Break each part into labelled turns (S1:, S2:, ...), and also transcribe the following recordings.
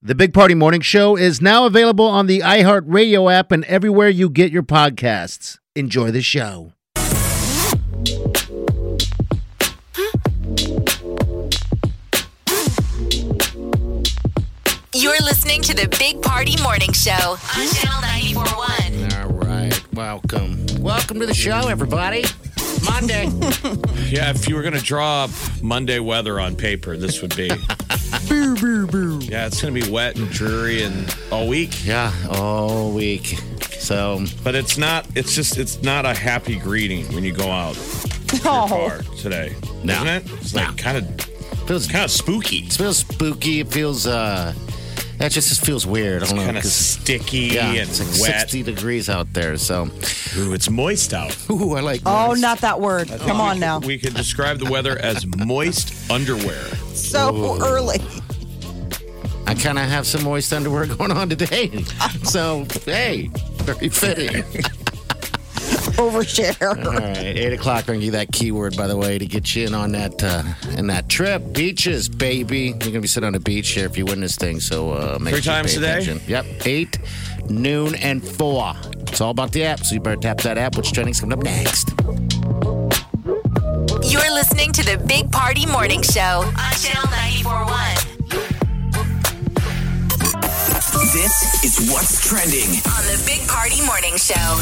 S1: The Big Party Morning Show is now available on the iHeartRadio app and everywhere you get your podcasts. Enjoy the show.
S2: You're listening to the Big Party Morning Show on Channel 941.
S1: All right, welcome. Welcome to the show, everybody. Monday.
S3: Yeah, if you were going to draw up Monday weather on paper, this would be. Yeah, it's going to be wet and dreary and all week.
S1: yeah, all week. So,
S3: But it's not. It's just. It's not a happy greeting when you go out with your car today,
S1: Oh. No.
S3: isn't it? It's
S1: No.
S3: like kind of
S1: feels
S3: kind of spooky.
S1: It feels spooky. It feels uh that just, just feels weird. I
S3: It's
S1: don't know.
S3: kind of
S1: 'cause-
S3: sticky
S1: yeah,
S3: and
S1: it's like
S3: wet.
S1: 60 degrees out there. So,
S3: Ooh, it's moist out.
S1: ooh, I like.
S4: Oh,
S1: nice.
S4: not that word. Come on now.
S3: We could describe the weather as moist underwear.
S4: So early.
S1: I kind of have some moist underwear going on today. So, hey, very fitting.
S4: Overshare.
S1: All right, eight o'clock. I'm gonna give you that keyword, by the way, to get you in on that uh, in that trip. Beaches, baby. You're gonna be sitting on a beach here if you win this thing. So uh, make
S3: Three
S1: sure you
S3: times
S1: pay
S3: a day?
S1: attention. Yep, eight, noon, and four. It's all about the app. So you better tap that app. Which training's coming up next?
S2: You're listening to the Big Party Morning Show on Channel 941
S5: This is what's trending.
S2: on the Big Party Morning Show.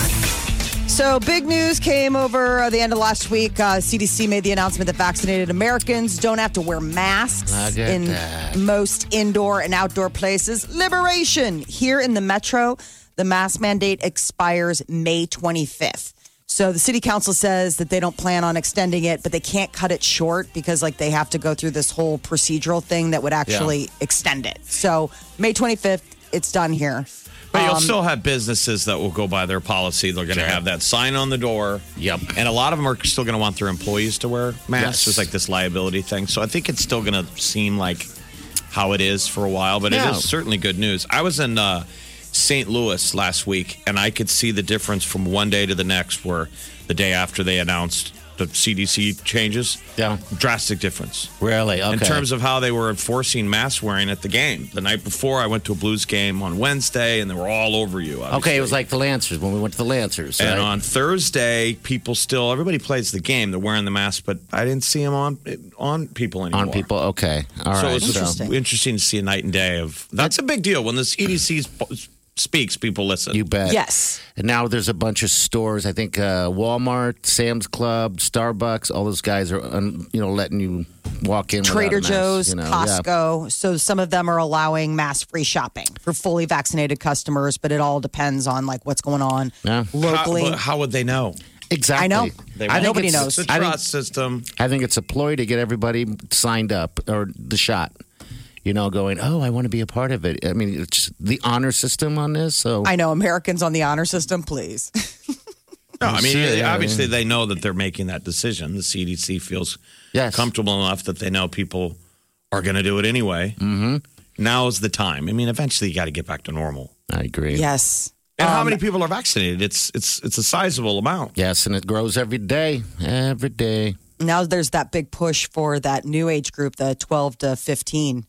S4: So, big news came over uh, the end of last week. Uh, CDC made the announcement that vaccinated Americans don't have to wear masks
S1: Look at
S4: in
S1: that.
S4: most indoor and outdoor places. Liberation! Here in the metro, the mask mandate expires May 25th. So, the city council says that they don't plan on extending it, but they can't cut it short because, like, they have to go through this whole procedural thing that would actually extend it. So, May 25th, it's done here.
S3: But
S1: Um,
S3: you'll still have businesses that will go by their policy. They're going to have that sign on the door.
S1: Yep.
S3: And a lot of them are still going to want their employees to wear masks.
S1: Yes.
S3: There's like this liability thing. So I think it's still going to seem like how it is for a while, but
S1: Yeah.
S3: it is certainly good news. I was in uh, St. Louis last week and I could see the difference from one day to the next where the day after they announced the CDC changes.
S1: Yeah.
S3: Drastic difference
S1: Really? Okay.
S3: in terms of how they were enforcing mask wearing at the game. The night before, I went to a Blues game on Wednesday, and they were all over you. obviously.
S1: okay, it was like the Lancers when we went to the Lancers.
S3: And
S1: right?
S3: on Thursday, people still everybody plays the game. They're wearing the mask, but I didn't see them on on people anymore.
S1: on people. Okay, all right.
S3: so it's
S1: so
S3: interesting. interesting to see a night and day of. That's a big deal when the CDC sp- speaks. People listen.
S1: you bet.
S4: Yes.
S1: And now there's a bunch of stores. I think uh, Walmart, Sam's Club, Starbucks. All those guys are, um, you know, letting you walk in. without
S4: Trader
S1: a mask,
S4: Joe's,
S1: you know, yeah.
S4: Costco. So some of them are allowing mask free shopping for fully vaccinated customers, but it all depends on like what's going on
S1: Yeah.
S4: locally.
S3: how, but how would they know?
S1: Exactly.
S4: I know.
S3: They
S1: I
S3: won't.
S1: think
S4: Nobody
S1: it's-
S4: knows.
S3: It's a
S1: I think-
S3: trust system.
S1: I think it's a ploy to get everybody signed up or the shot. You know, going, oh, I want to be a part of it. I mean, it's the honor system on this. So
S4: I know Americans on the honor system, please.
S3: No, I mean,
S1: sure, Oh, yeah,
S3: obviously they know that they're making that decision. The CDC feels
S1: Yes.
S3: comfortable enough that they know people are going to do it anyway. Mm-hmm. Now's the time. I mean, eventually you got to get back to normal.
S1: I agree.
S4: yes.
S3: And how many people are vaccinated? It's it's it's a sizable amount.
S1: Yes, and it grows every day. Every day.
S4: Now there's that big push for that new age group, the 12 to 15.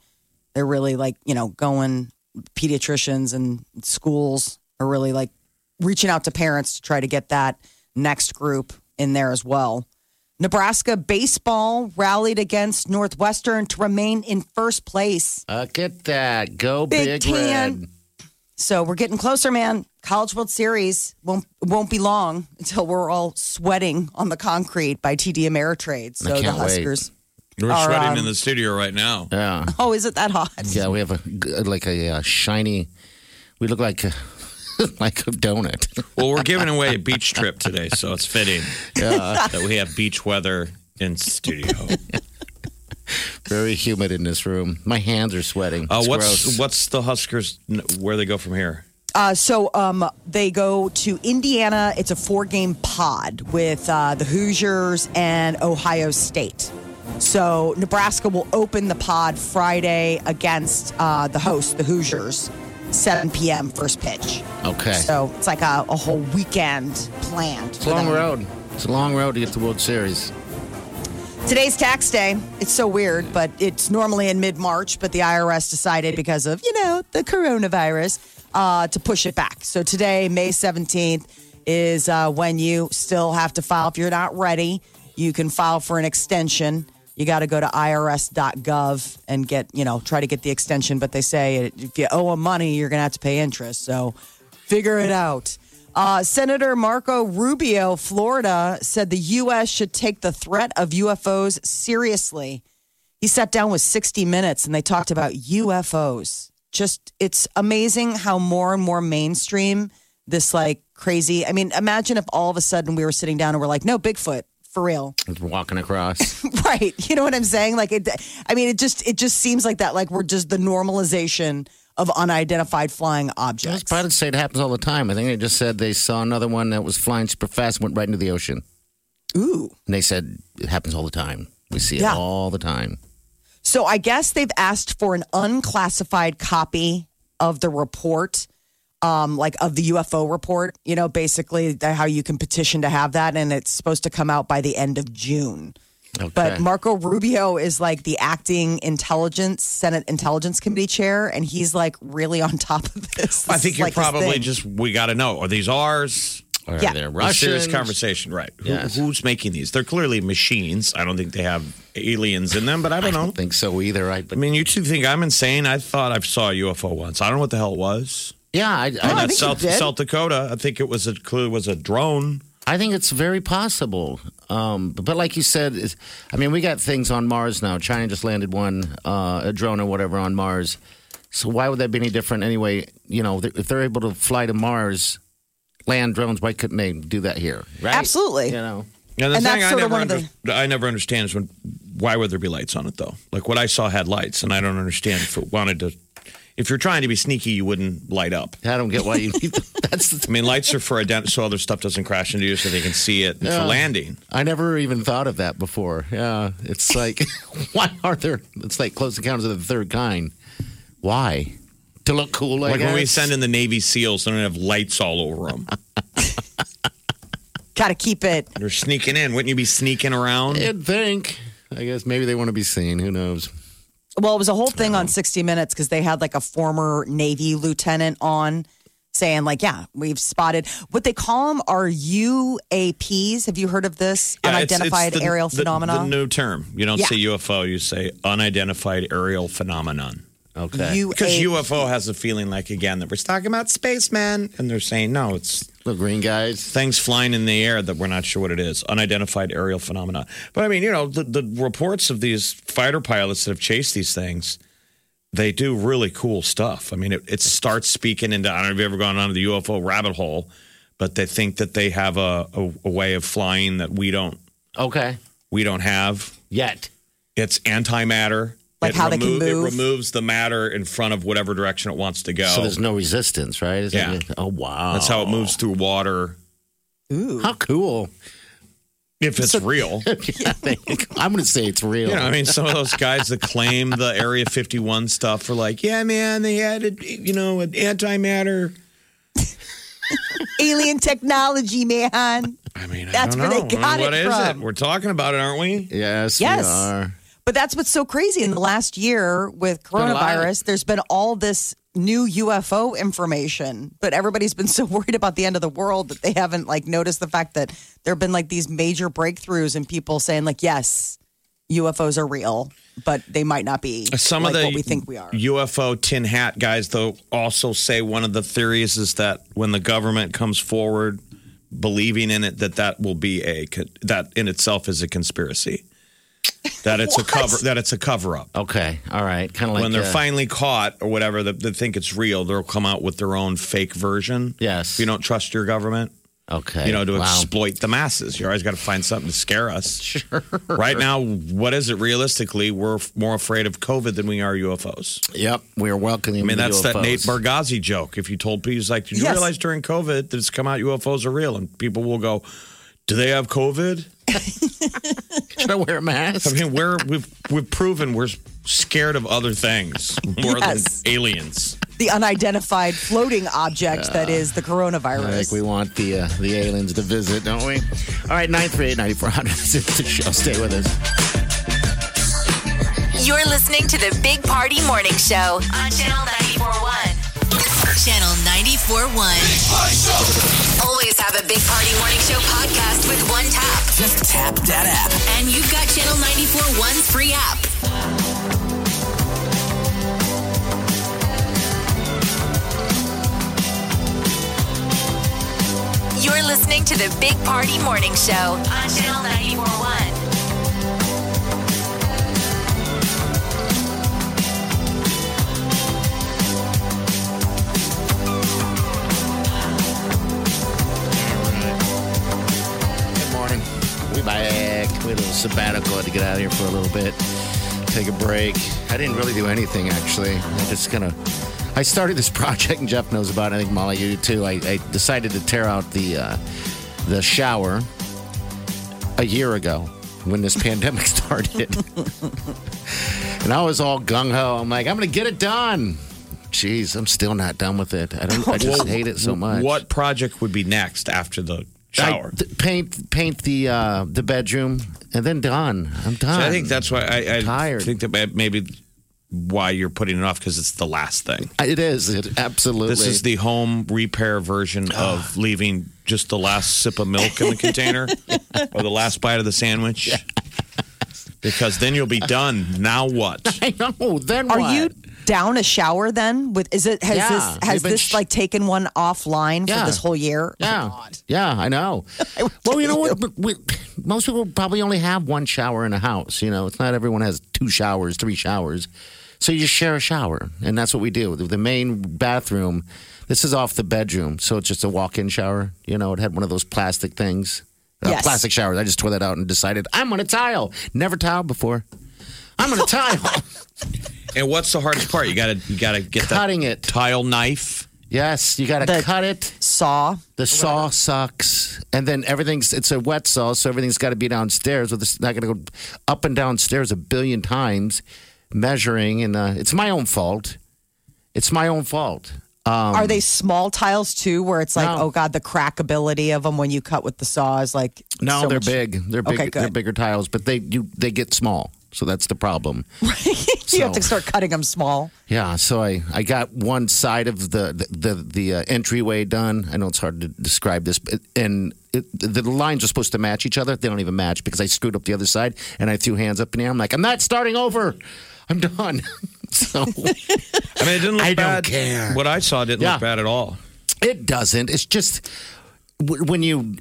S4: They're really like, you know, going pediatricians and schools are really like reaching out to parents to try to get that next group in there as well. Nebraska baseball rallied against Northwestern to remain in first place.
S1: Look at Uh, that. Go big,
S4: Big Ten.
S1: red.
S4: So we're getting closer, man. College World Series won't won't be long until we're all sweating on the concrete by TD Ameritrade.
S1: I
S4: So the
S1: can't wait.
S4: Huskers.
S3: We're
S4: Are,
S3: sweating
S4: um,
S3: in the studio right now.
S1: Yeah.
S4: Oh, is it that hot?
S1: Yeah, we have a like a uh, shiny. We look like a, like a donut.
S3: Well, we're giving away a beach trip today, so it's fitting that we have beach weather in studio.
S1: Very humid in this room. My hands are sweating.
S3: Uh,
S1: It's
S3: what's
S1: gross.
S3: what's the Huskers? Where they go from here?
S4: Uh, so um, they go to Indiana. It's a four game pod with uh, the Hoosiers and Ohio State. So Nebraska will open the pod Friday against uh, the host, the Hoosiers, 7 p.m. first pitch.
S1: Okay.
S4: So it's like a, a whole weekend planned.
S1: It's a long road. It's a long road to get to World Series.
S4: Today's tax day. It's so weird, but it's normally in mid March, but the IRS decided because of, you know, the coronavirus uh, to push it back. So today, May 17th, is uh, when you still have to file. If you're not ready, you can file for an extension. You got to go to irs.gov and get, you know, try to get the extension. But they say if you owe them money, you're going to have to pay interest. So figure it out. Uh, Senator Marco Rubio, Florida, said the U.S. should take the threat of UFOs seriously. He sat down with 60 Minutes and they talked about UFOs. Just, it's amazing how more and more mainstream this like crazy. I mean, imagine if all of a sudden we were sitting down and we're like, no, Bigfoot, for real.
S1: Walking across.
S4: right. You know what I'm saying? Like, it, I mean, it just, it just seems like that, like we're just the normalization of unidentified flying
S1: I was
S4: objects.
S1: proud to say it happens all the time. I think they just said they saw another one that was flying super fast, went right into the ocean.
S4: Ooh.
S1: And they said it happens all the time. We see it
S4: Yeah.
S1: all the time.
S4: So I guess they've asked for an unclassified copy of the report, um, like of the UFO report, you know, basically the- how you can petition to have that. And it's supposed to come out by the end of June.
S1: Okay.
S4: But Marco Rubio is like the acting intelligence, Senate Intelligence Committee chair, and he's like really on top of this.
S3: I
S4: This
S3: think
S4: is
S3: you're
S4: like his
S3: probably
S4: thing.
S3: just we got to know. Are these ours?
S1: Or
S4: Yeah.
S1: they're
S3: A serious
S1: Russians.
S3: conversation, right? Who-
S1: Yes.
S3: who's making these? They're clearly machines. I don't think they have aliens in them, but I
S1: I
S3: don't know.
S1: don't think so either. I,
S3: I
S1: but
S3: mean, you two think I'm insane. I thought I saw a UFO once. I don't know what the hell it was.
S1: yeah, I,
S3: And
S1: I,
S3: that's
S4: think you
S3: South,
S4: did.
S3: South Dakota. I think it was a clue was a drone.
S1: I think it's very possible. Um, but, but like you said, it's- I mean, we got things on Mars now. China just landed one, uh, a drone or whatever, on Mars. So why would that be any different anyway? You know, th- if they're able to fly to Mars, land drones, why couldn't they do that here? Right?
S4: Absolutely.
S1: You know,
S3: And the
S4: And
S3: thing
S4: that's
S3: I
S4: sort
S3: never,
S4: of one of
S3: under- I never understand is when why would there be lights on it though? Like what I saw had lights, and I don't understand if it wanted to. If you're trying to be sneaky, you wouldn't light up.
S1: I don't get why you need That's the
S3: I mean, lights are for ident- so other stuff doesn't crash into you, so they can see it for landing.
S1: I never even thought of that before. Yeah, it's like why are there? It's like close encounters of the third kind. Why? To look cool, I
S3: Like when we
S1: guess?
S3: send in the Navy SEALs, they don't have lights all over them.
S4: Got to keep it.
S3: They're sneaking in. Wouldn't you be sneaking around?
S1: You'd think. I guess maybe they want to be seen. Who knows?
S4: Well, it was a whole thing
S3: Oh.
S4: on 60 Minutes because they had like a former Navy lieutenant on saying, like, yeah, we've spotted what they call them are UAPs. Have you heard of this?
S3: Yeah, it's- it's
S4: Unidentified
S3: the-
S4: aerial
S3: the-
S4: phenomena.
S3: The new term. You don't
S4: Yeah.
S3: say UFO. You say unidentified aerial phenomenon.
S1: Okay.
S3: Because
S4: UAP.
S3: UFO has a feeling like again that we're talking about spacemen, and they're saying no, it's
S1: the green guys.
S3: things flying in the air that we're not sure what it is, unidentified aerial phenomena. But I mean, you know, the, the reports of these fighter pilots that have chased these things, they do really cool stuff. I mean, it, it starts speaking into I don't know if you've ever gone on the UFO rabbit hole, but they think that they have a, a, a way of flying that we don't
S1: Okay.
S3: we don't have.
S1: Yet.
S3: It's antimatter.
S4: Like
S3: It
S4: how they can move.
S3: It removes the matter in front of whatever direction it wants to go.
S1: So there's no resistance, right? Is
S3: Yeah.
S1: it- oh wow.
S3: That's how it moves through water.
S4: Ooh.
S1: How cool.
S3: If it's real.
S1: Yeah, I think- I'm gonna say it's real.
S3: You know, I mean, some of those guys that claim the Area 51 stuff are like, yeah, man, they had, a, you know, an antimatter.
S4: Alien technology, man.
S3: I mean, I
S4: That's
S3: don't
S4: where they
S3: know. I mean,
S4: got it
S3: what is
S4: from.
S3: it? We're talking about it, aren't we?
S1: yes,
S4: Yes.
S1: we are.
S4: But that's what's so crazy. In the last year with
S1: been a lot.
S4: coronavirus, there's been all this new UFO information, but everybody's been so worried about the end of the world that they haven't like noticed the fact that there have been like these major breakthroughs and people saying like, yes, UFOs are real, but they might not be
S3: Some
S4: like
S3: of the
S4: what we think we are.
S3: UFO tin hat guys, though, also say one of the theories is that when the government comes forward believing in it, that that will be a, co- that in itself is a conspiracy. That it's a cover, that it's a cover up.
S1: Okay. All right. Kind of like
S3: when they're
S1: uh,
S3: finally caught or whatever, that they think it's real, they'll come out with their own fake version.
S1: Yes.
S3: If you don't trust your government.
S1: Okay.
S3: you know, to
S1: Wow.
S3: exploit the masses. You always got to find something to scare us. Sure. Right now, what is it realistically? We're f- more afraid of COVID than we are UFOs.
S1: Yep. We are welcoming.
S3: I mean, that's that
S1: UFOs.
S3: Nate Bargazzi joke. If you told people, he's like, Did you
S4: Yes.
S3: realize during COVID that it's come out UFOs are real? And people will go, Do they have COVID?
S1: Should I wear a
S3: I
S1: mask?
S3: mean, we're, we've, we've proven we're scared of other things more
S4: Yes.
S3: than aliens.
S4: The unidentified floating object that is the
S1: I think
S4: coronavirus.
S1: we want the uh, the aliens to visit, don't we? All right, nine three eight ninety four hundred. It's the show. Stay with us.
S2: You're listening to the Big Party Morning Show on Channel 941. Channel 941. Always have a Big Party Morning Show podcast with one tap.
S5: Just tap that app.
S2: And you've got Channel 941's free app. You're listening to the Big Party Morning Show on Channel 941.
S1: Good morning. We back. We had a little sabbatical. Had to get out of here for a little bit, take a break. I didn't really do anything actually. I just kind of. I started this project, and Jeff knows about. it. I think Molly, you do too. I, I decided to tear out the uh, the shower a year ago when this pandemic started, and I was all gung ho. I'm like, I'm gonna get it done. Jeez, I'm still not done with it. I don't. I just hate it so much.
S3: What project would be next after the
S1: I-
S3: shower?
S1: th- paint paint the uh, the bedroom and then done. I'm done.
S3: So I think that's why I, I
S1: Tired.
S3: think that may- maybe why you're putting it off because it's the last thing.
S1: it is. It absolutely. Ah.
S3: This is the home repair version of leaving just the last sip of milk in the container or the last bite of the sandwich. Because then you'll be done. Now what?
S1: I know. Then
S4: Are
S1: what?
S4: you down a shower then? With is it has
S1: Yeah,
S4: this has
S1: we've been
S4: this
S1: sh-
S4: like taken one offline
S1: Yeah.
S4: for this whole year?
S1: Yeah, yeah, I know. well, you know what? We, most people probably only have one shower in a house. You know, it's not everyone has two showers, three showers. So you just share a shower, and that's what we do. The, the main bathroom. This is off the bedroom, so it's just a walk-in shower. You know, it had one of those plastic things, uh,
S4: Yes.
S1: plastic showers. I just tore that out and decided I'm gonna tile. Never tiled before. I'm gonna tile.
S3: And what's the hardest part? You gotta you gotta get
S1: Cutting
S3: that
S1: it.
S3: tile knife.
S1: Yes, you got to
S4: The-
S1: cut it.
S4: Saw.
S1: The saw sucks, and then everything's it's a wet saw, so everything's got to be downstairs. With it's not going to go up and downstairs a billion times, measuring, and uh, it's my own fault. It's my own fault. Um,
S4: Are they small tiles too, where it's like,
S1: No.
S4: oh god, the crackability of them when you cut with the saw is like
S1: no,
S4: so
S1: they're
S4: much-
S1: big. They're big.
S4: Okay, good.
S1: they're bigger tiles, but they you they get small, so that's the problem.
S4: you
S1: So-
S4: have to start cutting them small.
S1: Yeah, so I, I got one side of the the the, the uh, entryway done. I know it's hard to describe this, but and it, the lines are supposed to match each other. They don't even match because I screwed up the other side and I threw hands up in the air. I'm like, I'm not starting over. I'm done. so
S3: I mean it didn't look
S1: I don't
S3: bad.
S1: care.
S3: What I saw didn't
S1: Yeah.
S3: look bad at all.
S1: it doesn't. It's just w- when you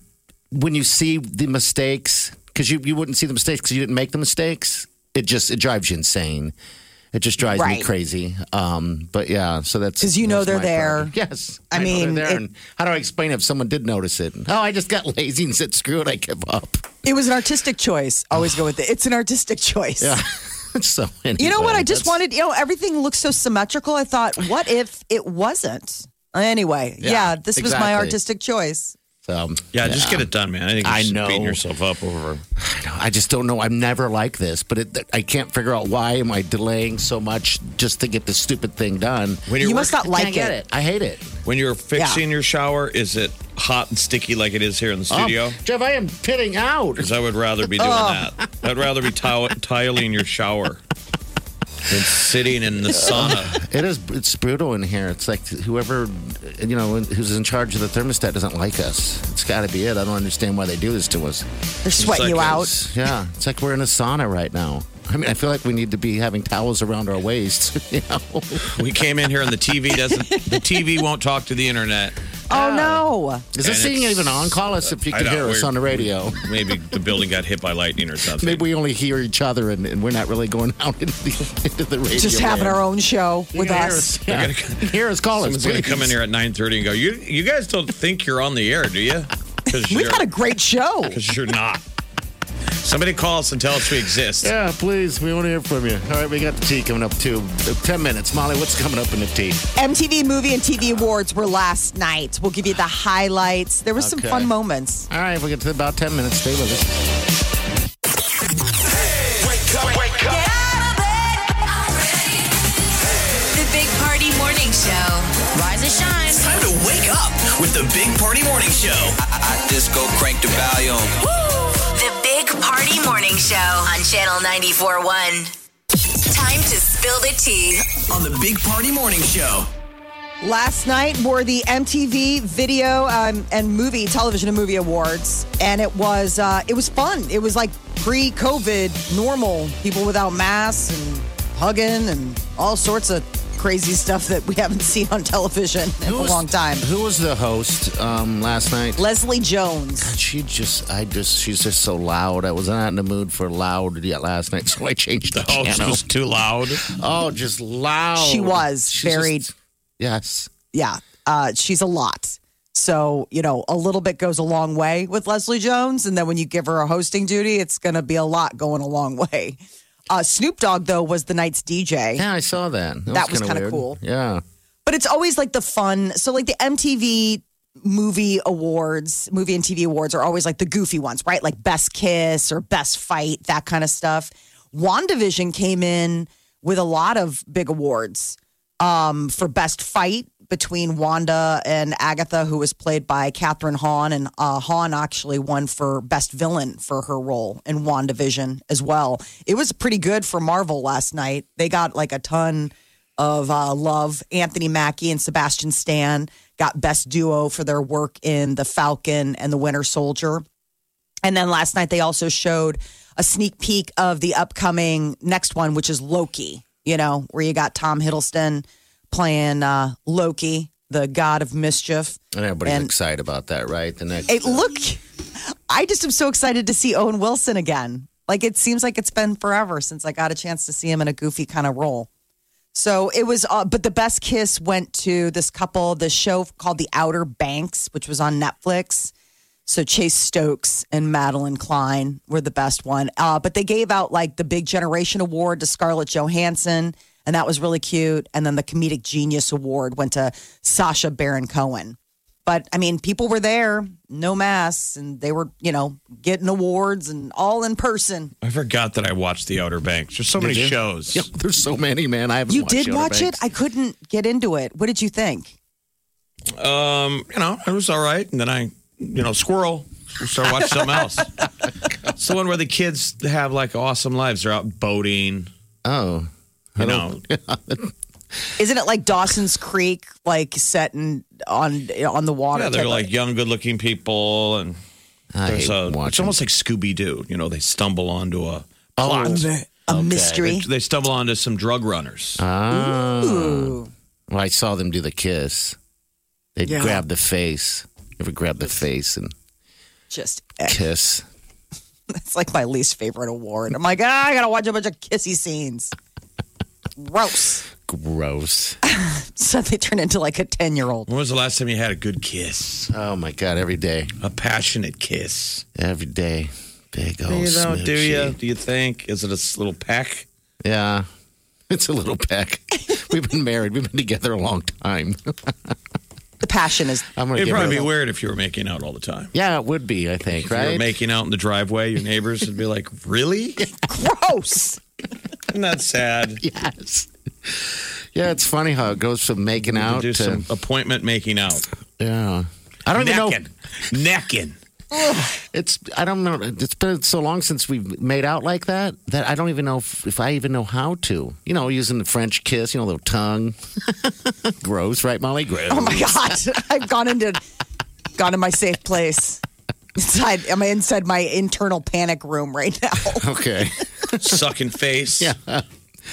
S1: when you see the mistakes because you you wouldn't see the mistakes because you didn't make the mistakes. It just it drives you insane. It just drives me
S4: Right.
S1: crazy. Um, but yeah, so that's
S4: 'Cause you know
S1: that's
S4: they're
S1: my
S4: there.
S1: problem. Yes,
S4: I
S1: know
S4: mean,
S1: they're there.
S4: it-
S1: and how do I explain if someone did notice it? Oh, I just got lazy and said, "Screw it, I give up."
S4: It was an artistic choice. Always go with it. It's an artistic choice.
S1: so
S4: You know what? I just
S1: wanted.
S4: wanted, you know, everything looks so symmetrical. I thought, what if it wasn't? Anyway, yeah, this was my
S1: exactly.
S4: artistic choice.
S1: Um,
S3: Yeah, just get it done, man. I think
S1: I
S3: it's
S1: know.
S3: beating yourself up over
S1: I know. I just don't know. I'm never like this, but it, I can't figure out why am I delaying so much just to get this stupid thing done.
S3: when
S4: You
S3: you're
S4: must not like
S1: Can't get
S4: it.
S1: I hate it.
S3: When you're fixing your shower, is it hot and sticky like it is here in the studio?
S1: Um, Jeff, I am pitting out.
S3: Because I would rather be doing
S1: Oh.
S3: that. I'd rather be tile- tiling your shower than sitting in the sauna.
S1: It is. It's brutal in here. It's like whoever, you know, who's in charge of the thermostat doesn't like us. It's got to be it. I don't understand why they do this to us.
S4: They're sweating you out.
S1: It's- yeah, it's like we're in a sauna right now. I mean, I feel like we need to be having towels around our waist. You know?
S3: We came in here and the TV doesn't. The TV won't talk to the internet.
S4: Oh, no.
S1: Is this
S3: And
S1: thing
S3: it's-
S1: even on? Call us if you
S3: I
S1: can
S3: know,
S1: hear us
S3: we're-
S1: on the radio.
S3: Maybe the building got hit by lightning or something.
S1: Maybe we only hear each other and, and we're not really going out into the, into the radio.
S4: Just having
S1: land.
S4: our own show
S1: You
S4: with
S1: can hear
S4: us.
S1: Yeah.
S3: They're
S1: You can hear us. Call us.
S3: Someone's going to
S1: please.
S3: come in here at nine thirty and go. You you guys don't think you're on the air, do you? Because
S4: We've
S3: you're,
S4: had a great show.
S3: 'cause you're not. Somebody call us and tell us we exist.
S1: Yeah, please. We want to hear from you. All right, we got the tea coming up too. Ten minutes, Molly. What's coming up in the tea?
S4: MTV Movie and TV Awards were last night. We'll give you the highlights. There were some
S1: Okay.
S4: fun moments.
S1: All right, we get to about ten minutes. Stay with us.
S2: Get out of bed. The Big Party Morning Show. Rise and shine.
S5: Time to wake up with the Big Party Morning Show.
S6: I just go crank the volume.
S2: The Big Party Morning Show on Channel 94.1. Time to spill the tea.
S5: On the Big Party Morning Show.
S4: Last night were the MTV Video um, and Movie Television and Movie Awards, and it was uh, it was fun. It was like pre-COVID, normal people without masks and hugging and all sorts of crazy stuff that we haven't seen on television in a
S1: Who was-
S4: long time.
S1: Who was the host um, last night?
S4: Leslie Jones.
S1: She just, I just, she's just so loud. I was not in the mood for loud yet last night, so I changed the
S3: Oh, it
S1: channel.
S3: was too loud.
S1: oh, just loud.
S4: She was
S1: She's
S4: very-
S1: just- yes.
S4: yeah, uh, she's a lot. So, you know, a little bit goes a long way with Leslie Jones. And then when you give her a hosting duty, it's going to be a lot going a long way. Uh, Snoop Dogg, though, was the night's DJ.
S1: Yeah, I saw that.
S4: That was
S1: kinda
S4: kinda
S1: weird.
S4: cool.
S1: Yeah.
S4: But it's always like the fun. So, like the MTV movie awards, movie and TV awards are always like the goofy ones, right? Like best kiss or best fight, that kind of stuff. WandaVision came in with a lot of big awards um, for best fight between Wanda and Agatha, who was played by Catherine Hahn. And uh, Hahn actually won for best villain for her role in WandaVision as well. It was pretty good for Marvel last night. They got like a ton of uh, love. Anthony Mackie and Sebastian Stan got best duo for their work in The Falcon and The Winter Soldier. And then last night they also showed a sneak peek of the upcoming next one, which is Loki. You know, where you got Tom Hiddleston playing uh, Loki, the god of mischief.
S1: And everybody's
S4: And-
S1: excited about that, right? The next.
S4: It look, I just am so excited to see Owen Wilson again. Like it seems like it's been forever since I got a chance to see him in a goofy kind of role. So it was, uh, but the best kiss went to this couple. The show called The Outer Banks, which was on Netflix. So Chase Stokes and Madeline Klein were the best one. Uh, but they gave out like the Big Generation Award to Scarlett Johansson, and that was really cute. And then the Comedic Genius Award went to Sasha Baron Cohen. But I mean, people were there, no masks, and they were, you know, getting awards and all in person.
S3: I forgot that I watched The Outer Banks. There's so many
S1: Did you?
S3: shows.
S1: Yeah, there's so many, man. I haven't
S4: You
S1: watched
S4: did
S1: Outer
S4: watch it?
S1: Banks.
S4: I couldn't get into it. What did you think?
S3: Um, you know, it was all right. And then I, you know, squirrel. We started watching something else.
S1: Oh,
S3: It's the one where the kids have like awesome lives. They're out boating.
S1: oh.
S3: You know,
S4: Isn't it like Dawson's Creek, like set in, on on the water?
S3: yeah,
S4: type
S3: they're
S4: of-
S3: like young, good-looking people, and
S1: I
S3: there's
S1: hate
S3: a, it's
S1: watching. Oh,
S3: almost like Scooby Doo. You know, they stumble onto a plot.
S4: a mystery.
S3: They, they stumble onto some drug runners. uh,
S1: Ah.
S4: Ooh.
S1: Well, I saw them do the kiss. They
S4: Yeah.
S1: grab the face. Ever grab the face and
S4: Just
S1: kiss?
S4: it's like my least favorite award. I'm like, ah, I gotta watch a bunch of kissy scenes. Gross.
S1: Gross.
S4: So they turn into like a ten year old.
S3: When was the last time you had a good kiss?
S1: Oh my god! Every day,
S3: A passionate kiss?
S1: every day, big old.
S3: you know, do
S1: smoochie.
S3: you? Do you think? Is it a s- little peck?
S1: Yeah, it's a little peck. We've been married. We've been together a long time.
S4: The passion is
S1: I'm gonna
S3: It'd
S1: give her
S3: probably be
S1: the-
S3: weird if you were making out all the time.
S1: Yeah, it would be. I think
S3: If you
S1: right.
S3: were making out in the driveway, your neighbors would be like, "Really?
S4: gross.
S3: Isn't that sad?"
S1: yes. Yeah, it's funny how it goes from making out
S3: Do
S1: to
S3: some appointment making out.
S1: yeah. I don't even know.
S3: Necking. Necking.
S1: It's I don't know. It's been so long since we've made out like that that I don't even know if, if I even know how to. You know, using the French kiss. You know, little tongue. Gross, right, Molly? Gross.
S4: Oh my god. I've gone into gone to my safe place. Inside I'm inside my internal panic room right now.
S1: Okay.
S3: Sucking face.
S1: Yeah.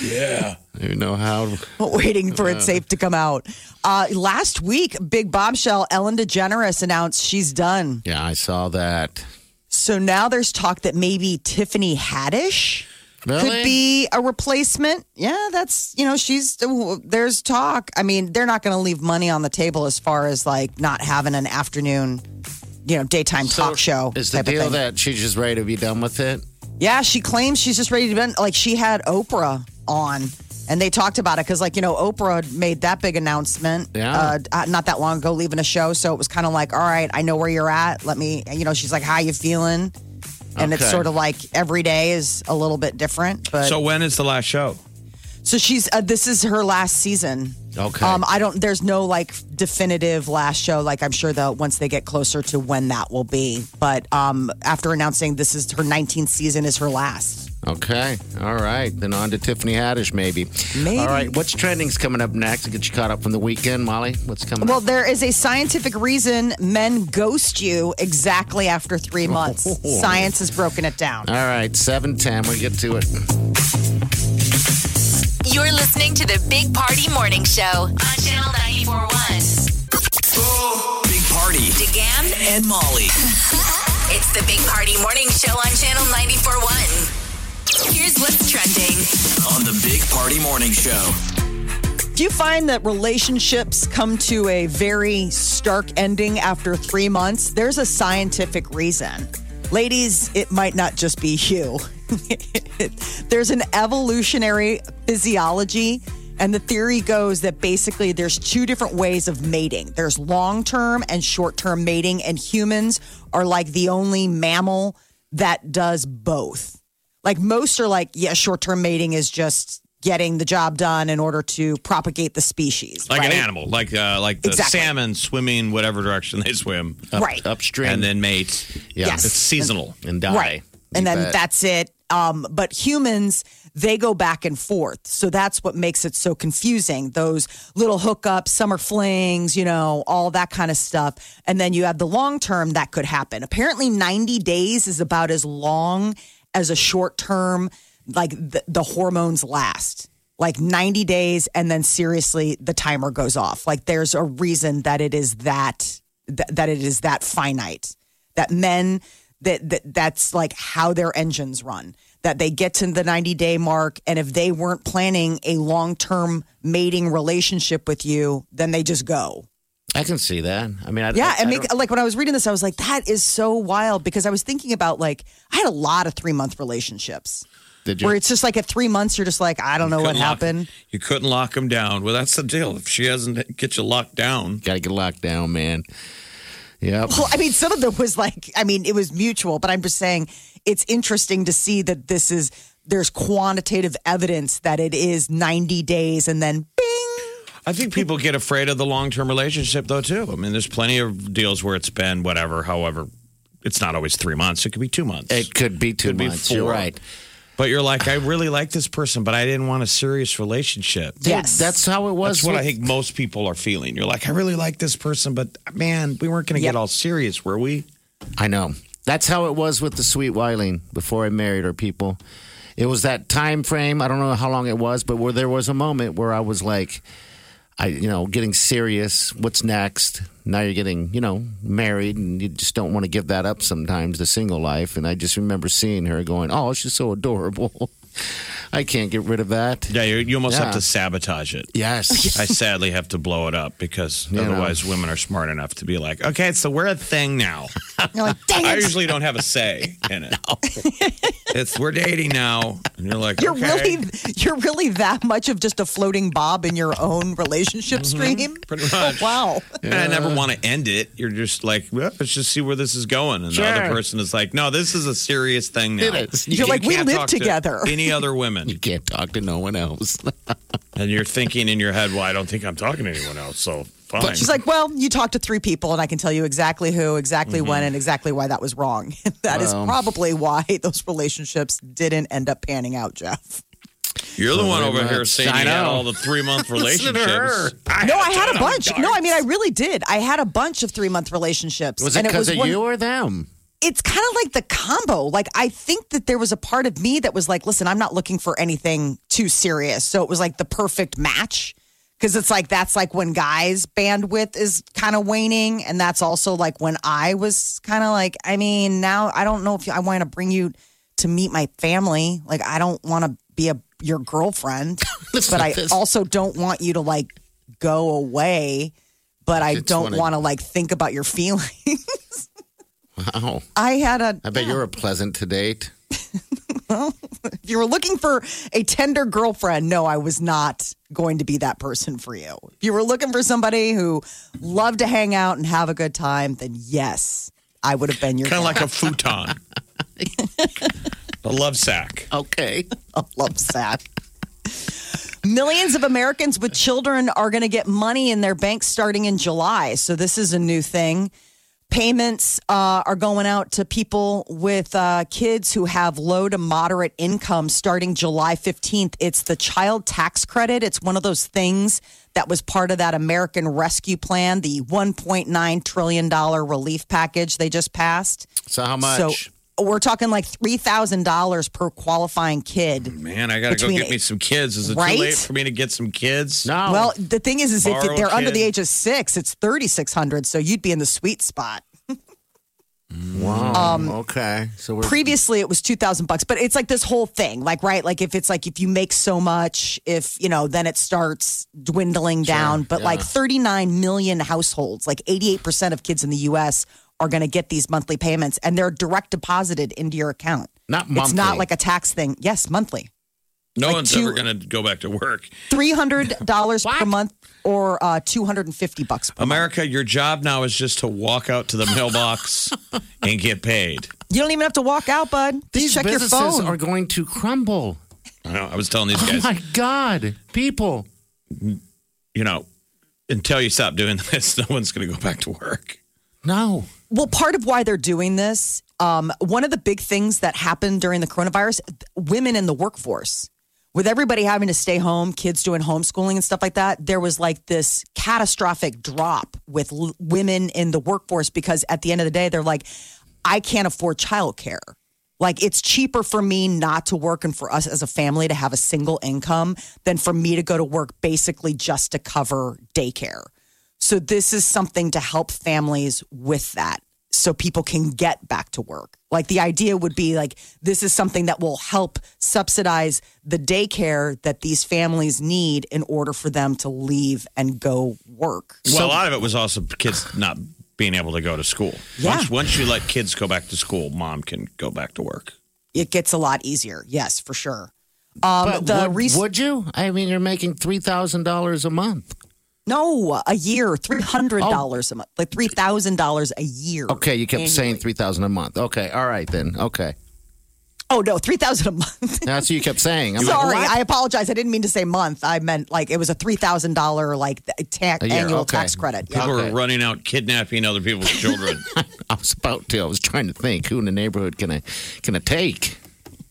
S3: Yeah.
S1: I don't even know how.
S4: waiting for it safe to come out. Uh, last week, big bombshell, Ellen DeGeneres announced she's done.
S1: Yeah, I saw that.
S4: So now there's talk that maybe Tiffany Haddish
S1: Really?
S4: could be a replacement. Yeah, that's, you know, she's, there's talk. I mean, they're not going to leave money on the table as far as like not having an afternoon you know daytime talk show
S1: Is the
S4: type of
S1: deal
S4: thing.
S1: that she's just ready to be done with it?
S4: Yeah, she claims she's just ready to bend. Like she had Oprah on, and they talked about it because, like you know, Oprah made that big announcement
S1: Yeah.
S4: uh, uh, not that long ago, leaving a show. So it was kind of like, all right, I know where you're at. Let me, you know, she's like, how you feeling? And it's
S1: Okay.
S4: sort of like every day is a little bit different. But
S3: So
S4: so,
S3: when is the last show?
S4: she's uh, this is her last season.
S1: Okay.
S4: Um, I don't. There's no like definitive last show. Like I'm sure that once they get closer to when that will be, but um, after announcing this is her 19th season is her last.
S1: Okay. All right. Then on to Tiffany Haddish, maybe.
S4: Maybe.
S1: All right. What's trending's coming up next to get you caught up from the weekend, Molly? What's coming
S4: Well,
S1: up?
S4: there is a scientific reason men ghost you exactly after three months. Science has broken it down.
S1: All right. 710. We'll get to it.
S2: You're listening to the Big Party Morning Show on Channel 941.
S5: Big Party
S2: DeGan,
S5: and Molly.
S2: it's the Big Party Morning Show on Channel 941. Here's what's trending.
S5: on the Big Party Morning Show.
S4: Do you find that relationships come to a very stark ending after three months? There's a scientific reason. Ladies, it might not just be you. there's an evolutionary physiology, and the theory goes that basically there's two different ways of mating there's long term and short term mating, and humans are like the only mammal that does both like most are like yeah short term mating is just getting the job done in order to propagate the species
S3: Like
S4: right?
S3: an animal, like uh, like the
S4: Exactly.
S3: salmon swimming whatever direction they swim,
S4: right
S1: Upstream.
S3: and then mate.
S1: Yeah.
S4: Yes.
S3: It's seasonal.
S1: And die.
S4: right and
S1: You
S4: then
S1: bet.
S4: that's it um, but humans they go back and forth so that's what makes it so confusing those little hookups summer flings you know all that kind of stuff and then you have the long term that could happen apparently 90 days is about as long as a short term like the, the hormones last like 90 days and then seriously the timer goes off like there's a reason that it is that th- that it is that finite that men that, that that's like how their engines run that they get to the 90 day mark and if they weren't planning a long-term mating relationship with you then they just go
S1: I can see that. I mean, I,
S4: yeah,
S1: I,
S4: and
S1: I
S4: make
S1: don't-
S4: like when I was reading this, I was like, "That is so wild." Because I was thinking about like I had a lot of three month relationships
S1: Did you?
S4: where it's just like at three months you're just like, I don't know what
S3: Couldn't lock-
S4: happened.
S3: You couldn't lock him down. Well, that's the deal. If she doesn't get you locked down,
S1: Got to get locked down, man. Yep.
S4: Well, I mean, some of them was like, I mean, it was mutual, but I'm just saying it's interesting to see that this is there's quantitative evidence that it is 90 days and then bing.
S3: I think people get afraid of the long term relationship, though, too. I mean, there's plenty of deals where it's been whatever, however, it's not always three months. It could be two months.
S1: It could be two
S3: Could be
S1: months. You're
S3: four.
S1: right.
S3: but you're like, I really like this person, but I didn't want a serious relationship.
S4: Yes,
S1: That's how it was.
S3: That's what I
S1: with-
S3: think most people are feeling. You're like, I really like this person, but man, we weren't going to
S4: Yep.
S3: get all serious, were we?
S1: I know. That's how it was with the sweet Wileen before I married her people. It was that time frame. I don't know how long it was, but where there was a moment where I was like, I you know, getting serious. What's next? Now you're getting, you know, married and you just don't want to give that up sometimes, the single life. And I just remember seeing her going, Oh, she's so adorable. I can't get rid of that.
S3: Yeah, you, you almost
S1: Yeah.
S3: have to sabotage it.
S1: Yes.
S3: I sadly have to blow it up because
S1: know.
S3: otherwise women are smart enough to be like, okay, so we're a thing now.
S4: you're like, dang
S3: I
S4: it.
S3: usually don't have a say in it. It's we're dating now, and you're like,
S4: You're
S3: okay,
S4: really, you're really that much of just a floating bob in your own relationship stream.
S3: Mm-hmm. pretty much.
S4: Wow.
S3: And I never want to end it. You're just like, well, let's just see where this is going. And the other
S1: Sure.
S3: person is like, no, this is a serious thing now.
S1: It is.
S3: You
S4: You're like, we
S3: can't
S4: live
S3: talk to
S4: together.
S3: any other women,
S1: You can't talk to no one else.
S3: and you're thinking in your head, well, I don't think I'm talking to anyone else, so fine.
S4: She's like, well, you talked to three people, and I can tell you exactly who, exactly when,
S3: Mm-hmm.
S4: and exactly why that was wrong. That is probably why those relationships didn't end up panning out, Jeff.
S3: you're the one
S1: very
S3: over here
S1: much.
S3: saying
S1: I
S3: you had
S1: know.
S3: all the three month
S1: Listen
S3: relationships.
S1: to her.
S4: No, I had a bunch. No, I mean, I really did. I had a bunch of three month relationships.
S1: Was it
S4: and
S1: because
S4: was
S1: of
S4: one-
S1: you or them?
S4: It's kind of like the combo. Like, I think that there was a part of me that was like, listen, I'm not looking for anything too serious. So it was like the perfect match. Cause it's like, that's like when guys' bandwidth is kind of waning. And that's also like when I was kind of like, I mean, now I don't know if I want to bring you to meet my family. Like, I don't want to be a your girlfriend,
S1: Listen
S4: but
S1: to
S4: I
S1: this.
S4: also don't want you to like go away. But I
S1: Just
S4: don't
S1: wanna-
S4: want to like think about your feelings.
S1: Wow.
S4: I had a.
S1: I bet you're a pleasant to date.
S4: If you were looking for a tender girlfriend, no, I was not going to be that person for you. If you were looking for somebody who loved to hang out and have a good time, then yes, I would have been your
S3: Kind of
S4: gal.
S3: like a futon, a love sack.
S1: Okay.
S4: a love sack. Millions of Americans with children are going to get money in their banks starting in July. So this is a new thing. Payments uh, are going out to people with uh, kids who have low to moderate income starting July 15th. It's the child tax credit. It's one of those things that was part of that American Rescue Plan, the $1.9 trillion relief package they just passed.
S1: So how much?
S4: So we're talking like $3,000 per qualifying kid.
S3: Man, I gotta
S4: Between
S3: go get me some kids. Is it
S4: Right?
S3: too late for me to get some kids?
S1: no.
S4: Well, the thing is, is if
S3: Borrow a
S4: they're under
S3: kid.
S4: the age of six, it's thirty six hundred. So you'd be in the sweet spot.
S1: wow.
S4: um,
S1: okay. So we're
S4: Previously, it was two thousand bucks, but it's like this whole thing, like right, like if it's like if you make so much, if you know, then it starts dwindling down. But like thirty nine million households, like eighty eight percent of kids in the U.S. are going to get these monthly payments, and they're direct deposited into your account.
S1: Not
S4: It's not
S1: monthly.
S4: like a tax thing. Yes, monthly.
S3: no
S4: like
S3: one's
S4: two-
S3: ever gonna go back to work.
S4: Three hundred dollars per month, or uh, two hundred and fifty bucks per month.
S3: America, your job now is just to walk out to the mailbox and get paid.
S4: You don't even have to walk out, bud. Just
S1: these
S4: check your
S1: businesses
S4: phone.
S1: are going to crumble.
S3: I, know, I was telling these
S1: Oh
S3: guys,
S1: my God, people!
S3: you know, until you stop doing this, no one's gonna go back to work.
S1: No,
S4: Well, part of why they're doing this, um, one of the big things that happened during the coronavirus, th- women in the workforce, with everybody having to stay home, kids doing homeschooling and stuff like that, there was like this catastrophic drop with l- women in the workforce because at the end of the day, they're like, I can't afford childcare. Like it's cheaper for me not to work and for us as a family to have a single income than for me to go to work basically just to cover daycare. So this is something to help families with that so people can get back to work. Like the idea would be like this is something that will help subsidize the daycare that these families need in order for them to leave and go work.
S3: Well, a lot of it was also kids not being able to go to school.
S4: Yeah.
S3: Once, once you let kids go back to school, mom can go back to work.
S4: It gets a lot easier. Yes, for sure. Um
S1: but
S4: the
S1: would,
S4: res-
S1: would you? I mean, you're making three thousand dollars a month.
S4: No, a year, three hundred dollars a month, like three thousand dollars a year.
S1: Oh. Okay, you kept saying
S4: annually.
S1: three thousand a month. Okay, all right then. Okay,
S4: Oh no, three thousand a month.
S1: that's what you kept saying. I'm
S4: Sorry,
S1: like,
S4: I apologize. I didn't mean to say month. I meant like it was a three thousand dollar like th- tax
S1: A year,
S4: annual
S1: okay.
S4: tax credit. Yeah.
S3: People
S1: Okay.
S3: are running out kidnapping other people's children.
S1: what? I was about to. I was trying to think. Who in the neighborhood can I can I take?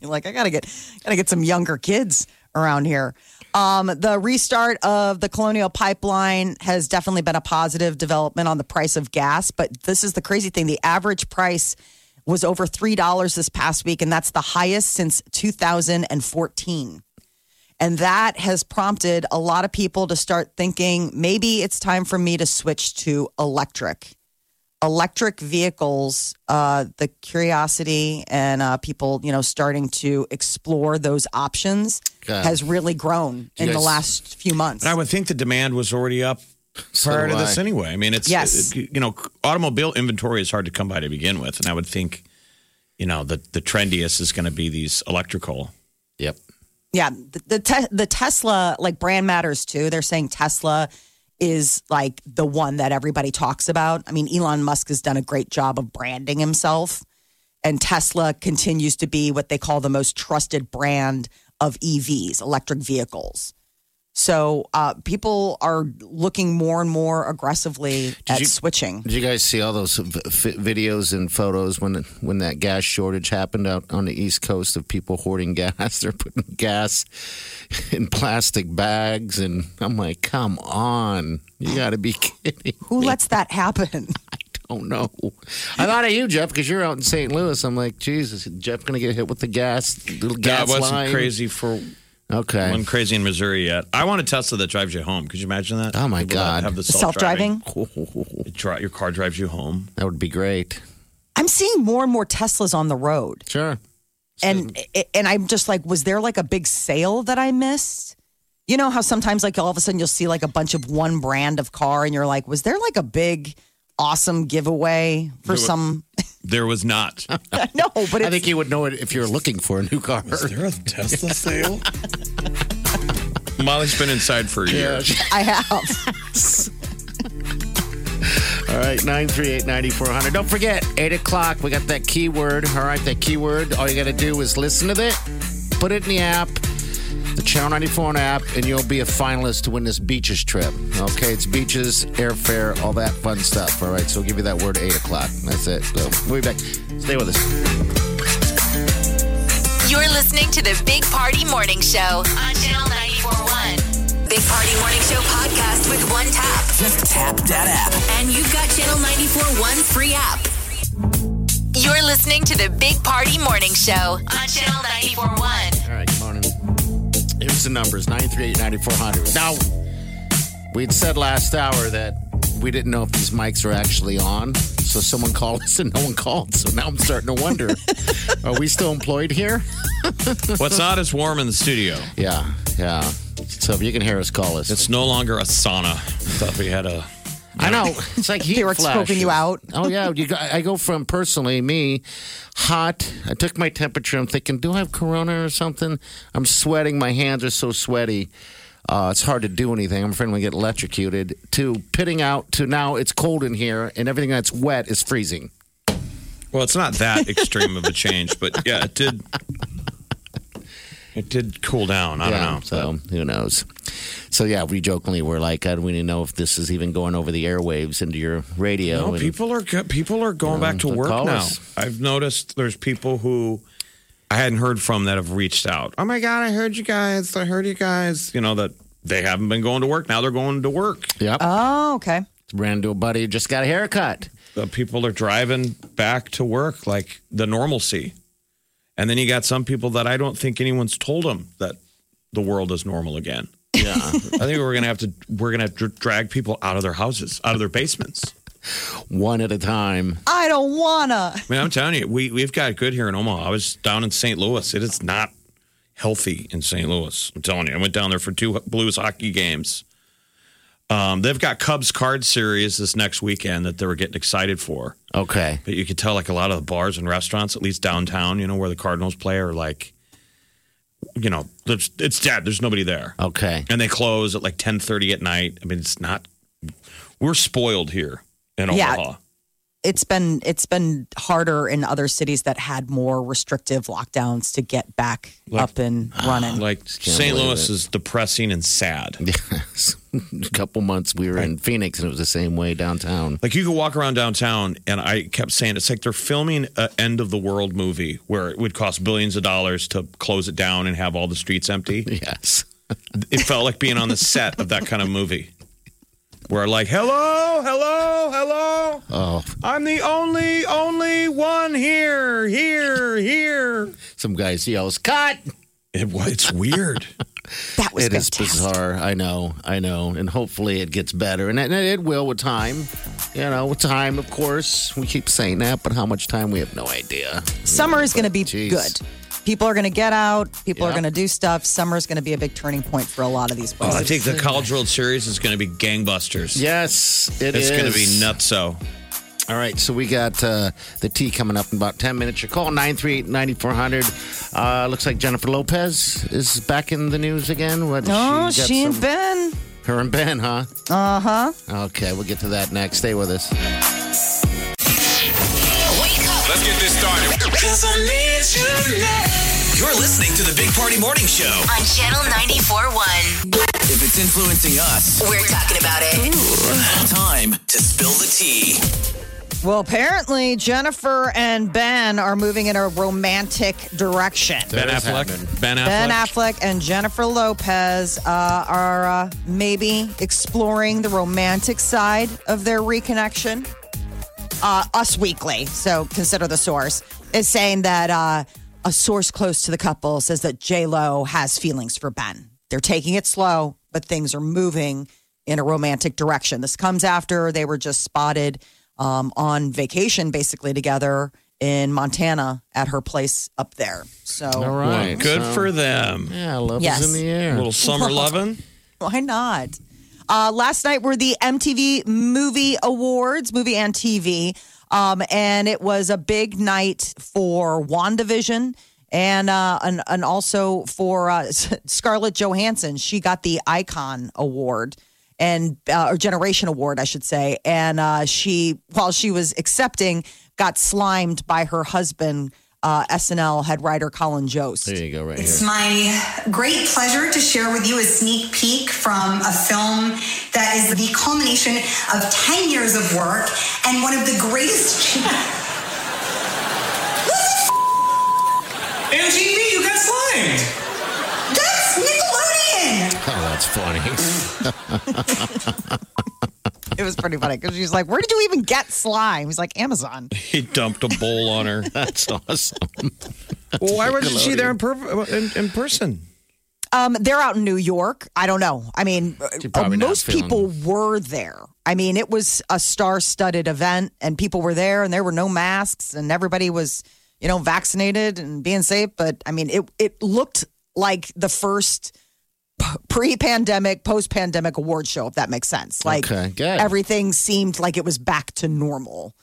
S4: You're like, I gotta get, gotta get some younger kids around here. Um, the restart of the Colonial Pipeline has definitely been a positive development on the price of gas. But this is the crazy thing: the average price was over three dollars this past week, and that's the highest since 2014. And that has prompted a lot of people to start thinking maybe it's time for me to switch to electric electric vehicles, uh, the curiosity and uh, people, you know, starting to explore those options
S1: God.
S4: has really grown in the
S1: guys-
S4: last few months.
S3: And I would think the demand was already up
S1: So
S3: prior to
S1: do
S3: this
S1: I.
S3: anyway. I mean, it's
S4: Yes.
S3: you know, automobile inventory is hard to come by to begin with, and I would think, you know, the the trendiest is going to be these electrical.
S1: Yep.
S4: yeah, the the, te- the Tesla like brand matters too. They're saying Tesla is like the one that everybody talks about. I mean, Elon Musk has done a great job of branding himself. and Tesla continues to be what they call the most trusted brand of EVs, electric vehicles. So uh, people are looking more and more aggressively at
S1: you-
S4: switching.
S1: Did you guys see all those v- f- videos and photos when when that gas shortage happened out on the East Coast of people hoarding gas? They're putting gas in plastic bags, and I'm like, come on, you got to be kidding!
S4: Who lets that happen?
S1: Oh no, I thought of you, Jeff, because you're out in St. Louis. I'm like, Jesus, is Jeff gonna get hit with the gas little
S3: That
S1: gas
S3: wasn't
S1: line.
S3: crazy for
S1: Okay,
S3: one crazy in Missouri yet. I want a Tesla that drives you home. Could you imagine that?
S1: Oh, my
S3: People that
S1: God.
S3: Have the
S4: Self driving.
S3: self-driving. It dri- Your car drives you home.
S1: that would be great.
S4: I'm seeing more and more Teslas on the road,
S1: Sure.
S4: and and I'm just like, was there like a big sale that I missed? You know how sometimes like all of a sudden you'll see like a bunch of one brand of car, and you're like, was there like a big awesome giveaway for some?
S3: There was not.
S4: No, but
S1: I
S4: it's,
S1: think you would know it if you're looking for a new car.
S3: there a Tesla sale? Molly's been inside for a year.
S4: I have.
S1: All right, 938 9400. Don't forget, 8 o'clock, we got that keyword. All right, that keyword. All you got to do is listen to it, put it in the app, the Channel 94 app, and you'll be a finalist to win this beaches trip. Okay, it's beaches, airfare, all that fun stuff. All right, so we'll give you that word 8 o'clock. That's it. So we'll be back. Stay with us.
S2: You're listening to the Big Party Morning Show on Channel 941. Big Party Morning Show podcast with one tap.
S5: Just tap that app.
S2: And you've got Channel 941's free app. You're listening to the Big Party Morning Show on Channel 941.
S1: All right, good morning. Here's the numbers 938 9400. Now, we'd said last hour that we didn't know if these mics are actually on. So someone called us and no one called. So now I'm starting to wonder are we still employed here?
S3: What's not as warm in the studio?
S1: Yeah, yeah. So if you can hear us, call us.
S3: It's no longer a sauna. Thought we had a.
S1: I know. It's like heat
S4: They were
S1: flashes.
S4: scoping you out.
S1: Oh yeah, you go, I go from personally me hot. I took my temperature. I'm thinking, do I have corona or something? I'm sweating. My hands are so sweaty. Uh, it's hard to do anything. I'm afraid I'm gonna get electrocuted. To pitting out to now, it's cold in here, and everything that's wet is freezing.
S3: Well, it's not that extreme of a change, but yeah, it did. It did cool down. I
S1: Yeah,
S3: don't know.
S1: So who knows? So yeah, we jokingly were like, I don't even know if this is even going over the airwaves into your radio.
S3: No,
S1: and-
S3: people are go- people are going back to
S1: so
S3: work
S1: call
S3: now.
S1: us.
S3: I've noticed there's people who I hadn't heard from that have reached out. Oh my god, I heard you guys. I heard you guys. You know that they haven't been going to work. Now they're going to work.
S1: Yep.
S4: Oh, okay.
S1: Ran to a buddy who just got a haircut.
S3: The people are driving back to work like the normalcy. And then you got some people that I don't think anyone's told them that the world is normal again.
S1: Yeah.
S3: I think we're gonna have to we're gonna have to drag people out of their houses, out of their basements.
S1: One at a time.
S4: I don't wanna.
S3: I mean, I'm telling you, we we've got it good here in Omaha. I was down in St. Louis. It is not healthy in St. Louis. I'm telling you, I went down there for two Blues hockey games. Um, they've got Cubs card series this next weekend that they were getting excited for.
S1: Okay.
S3: But you could tell, like a lot of the bars and restaurants, at least downtown, you know, where the Cardinals play, are like, you know, there's, it's dead. There's nobody there,
S1: Okay.
S3: and they close at like 10:30 at night. I mean, it's not. We're spoiled here in
S4: Yeah.
S3: Omaha.
S4: It's been it's been harder in other cities that had more restrictive lockdowns to get back up and running.
S3: Like St. Louis is depressing and sad.
S1: a couple months we were in Phoenix and it was the same way downtown.
S3: Like you could walk around downtown, and I kept saying it's like they're filming an end of the world movie where it would cost billions of dollars to close it down and have all the streets empty.
S1: Yes.
S3: it felt like being on the set of that kind of movie, where like, hello, hello, hello,
S1: Oh,
S3: I'm the only, only one here, here, here.
S1: some guys yells, "Cut!"
S3: It, wa- it's weird.
S4: that was
S1: It is
S4: fantastic.
S1: bizarre. I know. I know. And hopefully it gets better, and it, and it will with time. You know, with time, of course. We keep saying that, but how much time we have no idea.
S4: Summer is going to be
S1: Jeez.
S4: good. People are going to get out. People are
S1: Yeah.
S4: going to do stuff. Summer is going to be a big turning point for a lot of these places.
S3: Oh, I think the College World Series is going to be gangbusters.
S1: Yes, it
S3: it's going to
S1: is.
S3: be nutso.
S1: All right, so we got uh, the tea coming up in about 10 minutes. Your call, 938 9400. Uh, looks like Jennifer Lopez is back in the news again. What,
S4: oh,
S1: got
S4: she and
S1: some-
S4: Ben.
S1: Her and Ben, huh?
S4: Uh-huh.
S1: Uh huh. Okay, we'll get to that next. Stay with us.
S2: Wake up
S6: Let's get this started.
S5: You're listening to the Big Party Morning Show.
S2: on Channel 941.
S5: If it's influencing us,
S2: We're talking about it.
S5: time to spill the tea.
S4: Well, apparently Jennifer and Ben are moving in a romantic direction.
S3: Ben
S1: is
S3: Affleck,
S1: happening.
S3: ben Affleck.
S4: Ben Affleck and Jennifer Lopez uh, are uh, maybe exploring the romantic side of their reconnection. Uh, Us Weekly, so consider the source, is saying that uh, a source close to the couple says that J Lo has feelings for Ben. They're taking it slow, but things are moving in a romantic direction. This comes after they were just spotted um, on vacation, basically together in Montana at her place up there. So.
S1: All right.
S3: Good
S1: so-
S3: for them.
S1: Yeah, love
S4: Yes.
S1: is in the air.
S3: little summer loving.
S4: Why not? Uh, last night were the MTV Movie Awards, Movie and TV. Um, and it was a big night for WandaVision and uh, and, and also for uh, Scarlett Johansson. She got the Icon Award and uh, or Generation Award, I should say. And uh, she, while she was accepting, got slimed by her husband, uh, SNL head writer Colin Jost.
S1: There you go, right
S7: It's
S1: here.
S7: my great pleasure to share with you a sneak peek from a film that is the culmination of 10 years of work and one of the greatest.
S8: MGB, you got slimed.
S7: That's Nickelodeon!
S1: Oh, that's funny.
S4: It was pretty funny because she's like, "Where did you even get slime?" He's like, "Amazon."
S3: He dumped a bowl on her.
S1: that's awesome.
S3: well, why wasn't she there in, per- in, in person?
S4: Um, they're out in New York. I don't know. I mean,
S1: You're
S4: uh,
S1: probably not
S4: most
S1: feeling-
S4: people were there. I mean, it was a star-studded event, and people were there, and there were no masks, and everybody was, you know, vaccinated and being safe. But I mean, it it looked like the first p- pre-pandemic, post-pandemic award show, if that makes sense. Like
S1: Okay, good.
S4: everything seemed like it was back to normal.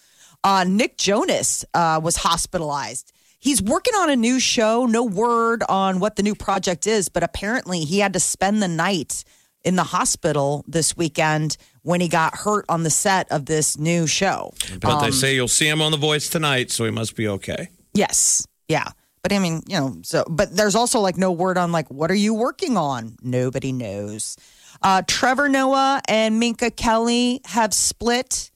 S4: Uh, Nick Jonas uh, was hospitalized. He's working on a new show. No word on what the new project is, but apparently he had to spend the night in the hospital this weekend when he got hurt on the set of this new show.
S3: But they say you'll see him on The Voice tonight, so he must be okay.
S4: Yes. Yeah. But I mean, you know, so, but there's also like no word on like, what are you working on? Nobody knows. Uh, Trevor Noah and Minka Kelly have split.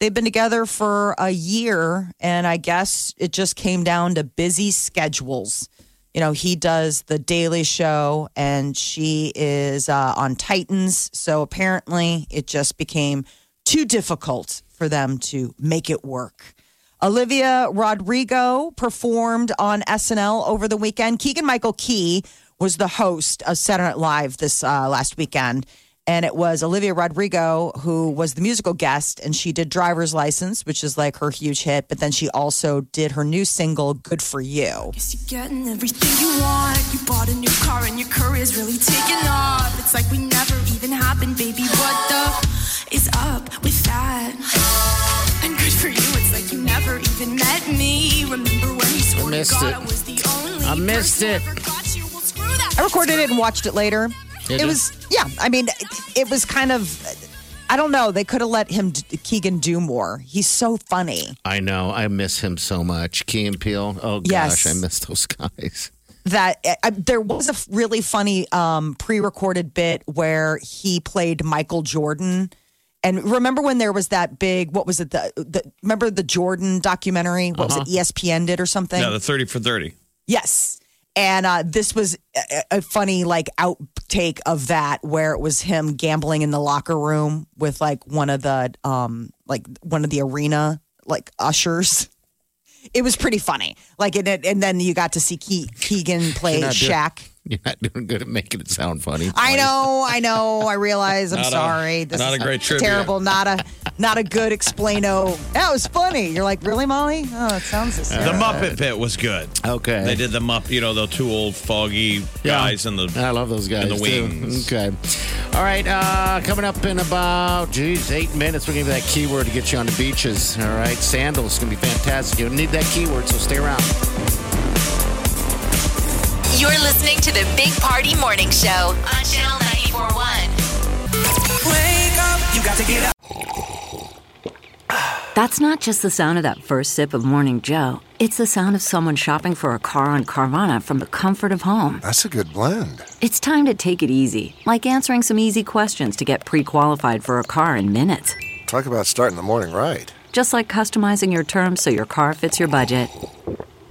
S4: They've been together for a year, and I guess it just came down to busy schedules. You know, he does the Daily Show, and she is uh, on Titans. So apparently, it just became too difficult for them to make it work. Olivia Rodrigo performed on SNL over the weekend. Keegan Michael Key was the host of Saturday Night Live this uh, last weekend. And it was Olivia Rodrigo who was the musical guest, and she did Driver's License, which is like her huge hit. But then she also did her new single, Good For You.
S9: You're getting everything you want. You bought a new car and your career's really taking off. It's like we never even happened, baby. What the is up with that? And good for you, it's like you never even met me. Remember when you swore to
S1: missed
S9: God
S1: it.
S9: I was the only
S1: I missed
S9: person
S1: it.
S9: who ever got you? Well, screw that.
S4: I recorded it and watched it later.
S1: Did
S4: it
S1: you?
S4: was, yeah, I mean, it was kind of, I don't know, they could have let him, Keegan, do more. He's so funny.
S1: I know. I miss him so much. Key and Peele. Oh, gosh.
S4: Yes.
S1: I miss those guys.
S4: that eh, I, there was a f- really funny um, pre-recorded bit where he played Michael Jordan. And remember when there was that big what was it the, the remember the Jordan documentary what was it E ESPN did or something?
S3: Uh-huh. Yeah, the 30 for 30.
S4: Yes. And uh, this was a, a funny like outtake of that where it was him gambling in the locker room with like one of the um like one of the arena like ushers. It was pretty funny. Like and it, and then you got to see Ke- Keegan play
S1: not doing-
S4: Shaq.
S1: You're not doing good at making it sound funny.
S4: I know, I know, I realize. I'm
S3: Not a-
S4: sorry. this
S3: not
S4: is
S3: a great trivia.
S4: terrible. Not a not a good explaino. That was funny. You're like, really, Molly? Oh, it sounds the same.
S3: The Muppet Pit was good.
S1: Okay.
S3: They did the Muppet, you know, the two old foggy guys and the.
S1: I love those guys.
S3: and the
S1: too.
S3: wings.
S1: Okay. All right. Uh, coming up in about, geez, eight minutes, we're going to give you that keyword to get you on the beaches. All right. Sandals going to be fantastic. You'll need that keyword, so stay around.
S2: You're listening to the Big Party Morning Show on Channel 941.
S5: Wake up. You got to get up.
S10: That's not just the sound of that first sip of Morning Joe. It's the sound of someone shopping for a car on Carvana from the comfort of home.
S11: That's a good blend.
S10: It's time to take it easy, like answering some easy questions to get pre qualified for a car in minutes.
S11: Talk about starting the morning right.
S10: Just like customizing your terms so your car fits your budget.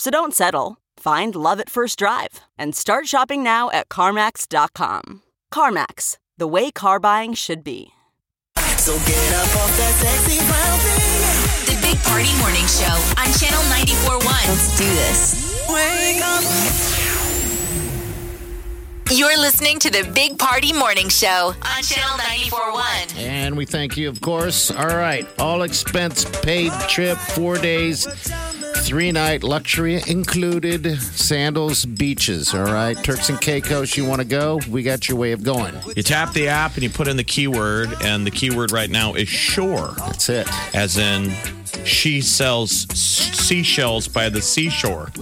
S12: So don't settle. Find love at first drive and start shopping now at CarMax.com. CarMax, the way car buying should be.
S5: So get up off that sexy brown thing.
S2: The Big Party Morning Show on Channel 94.1. Let's do this.
S5: Wake up.
S2: You're listening to the Big Party Morning Show on Channel 94.1.
S1: And we thank you, of course. All right, all expense paid trip, four days, three night luxury included, sandals, beaches. All right, Turks and Caicos, you want to go? We got your way of going.
S3: You tap the app and you put in the keyword, and the keyword right now is shore.
S1: That's it.
S3: As in, she sells s- seashells by the seashore.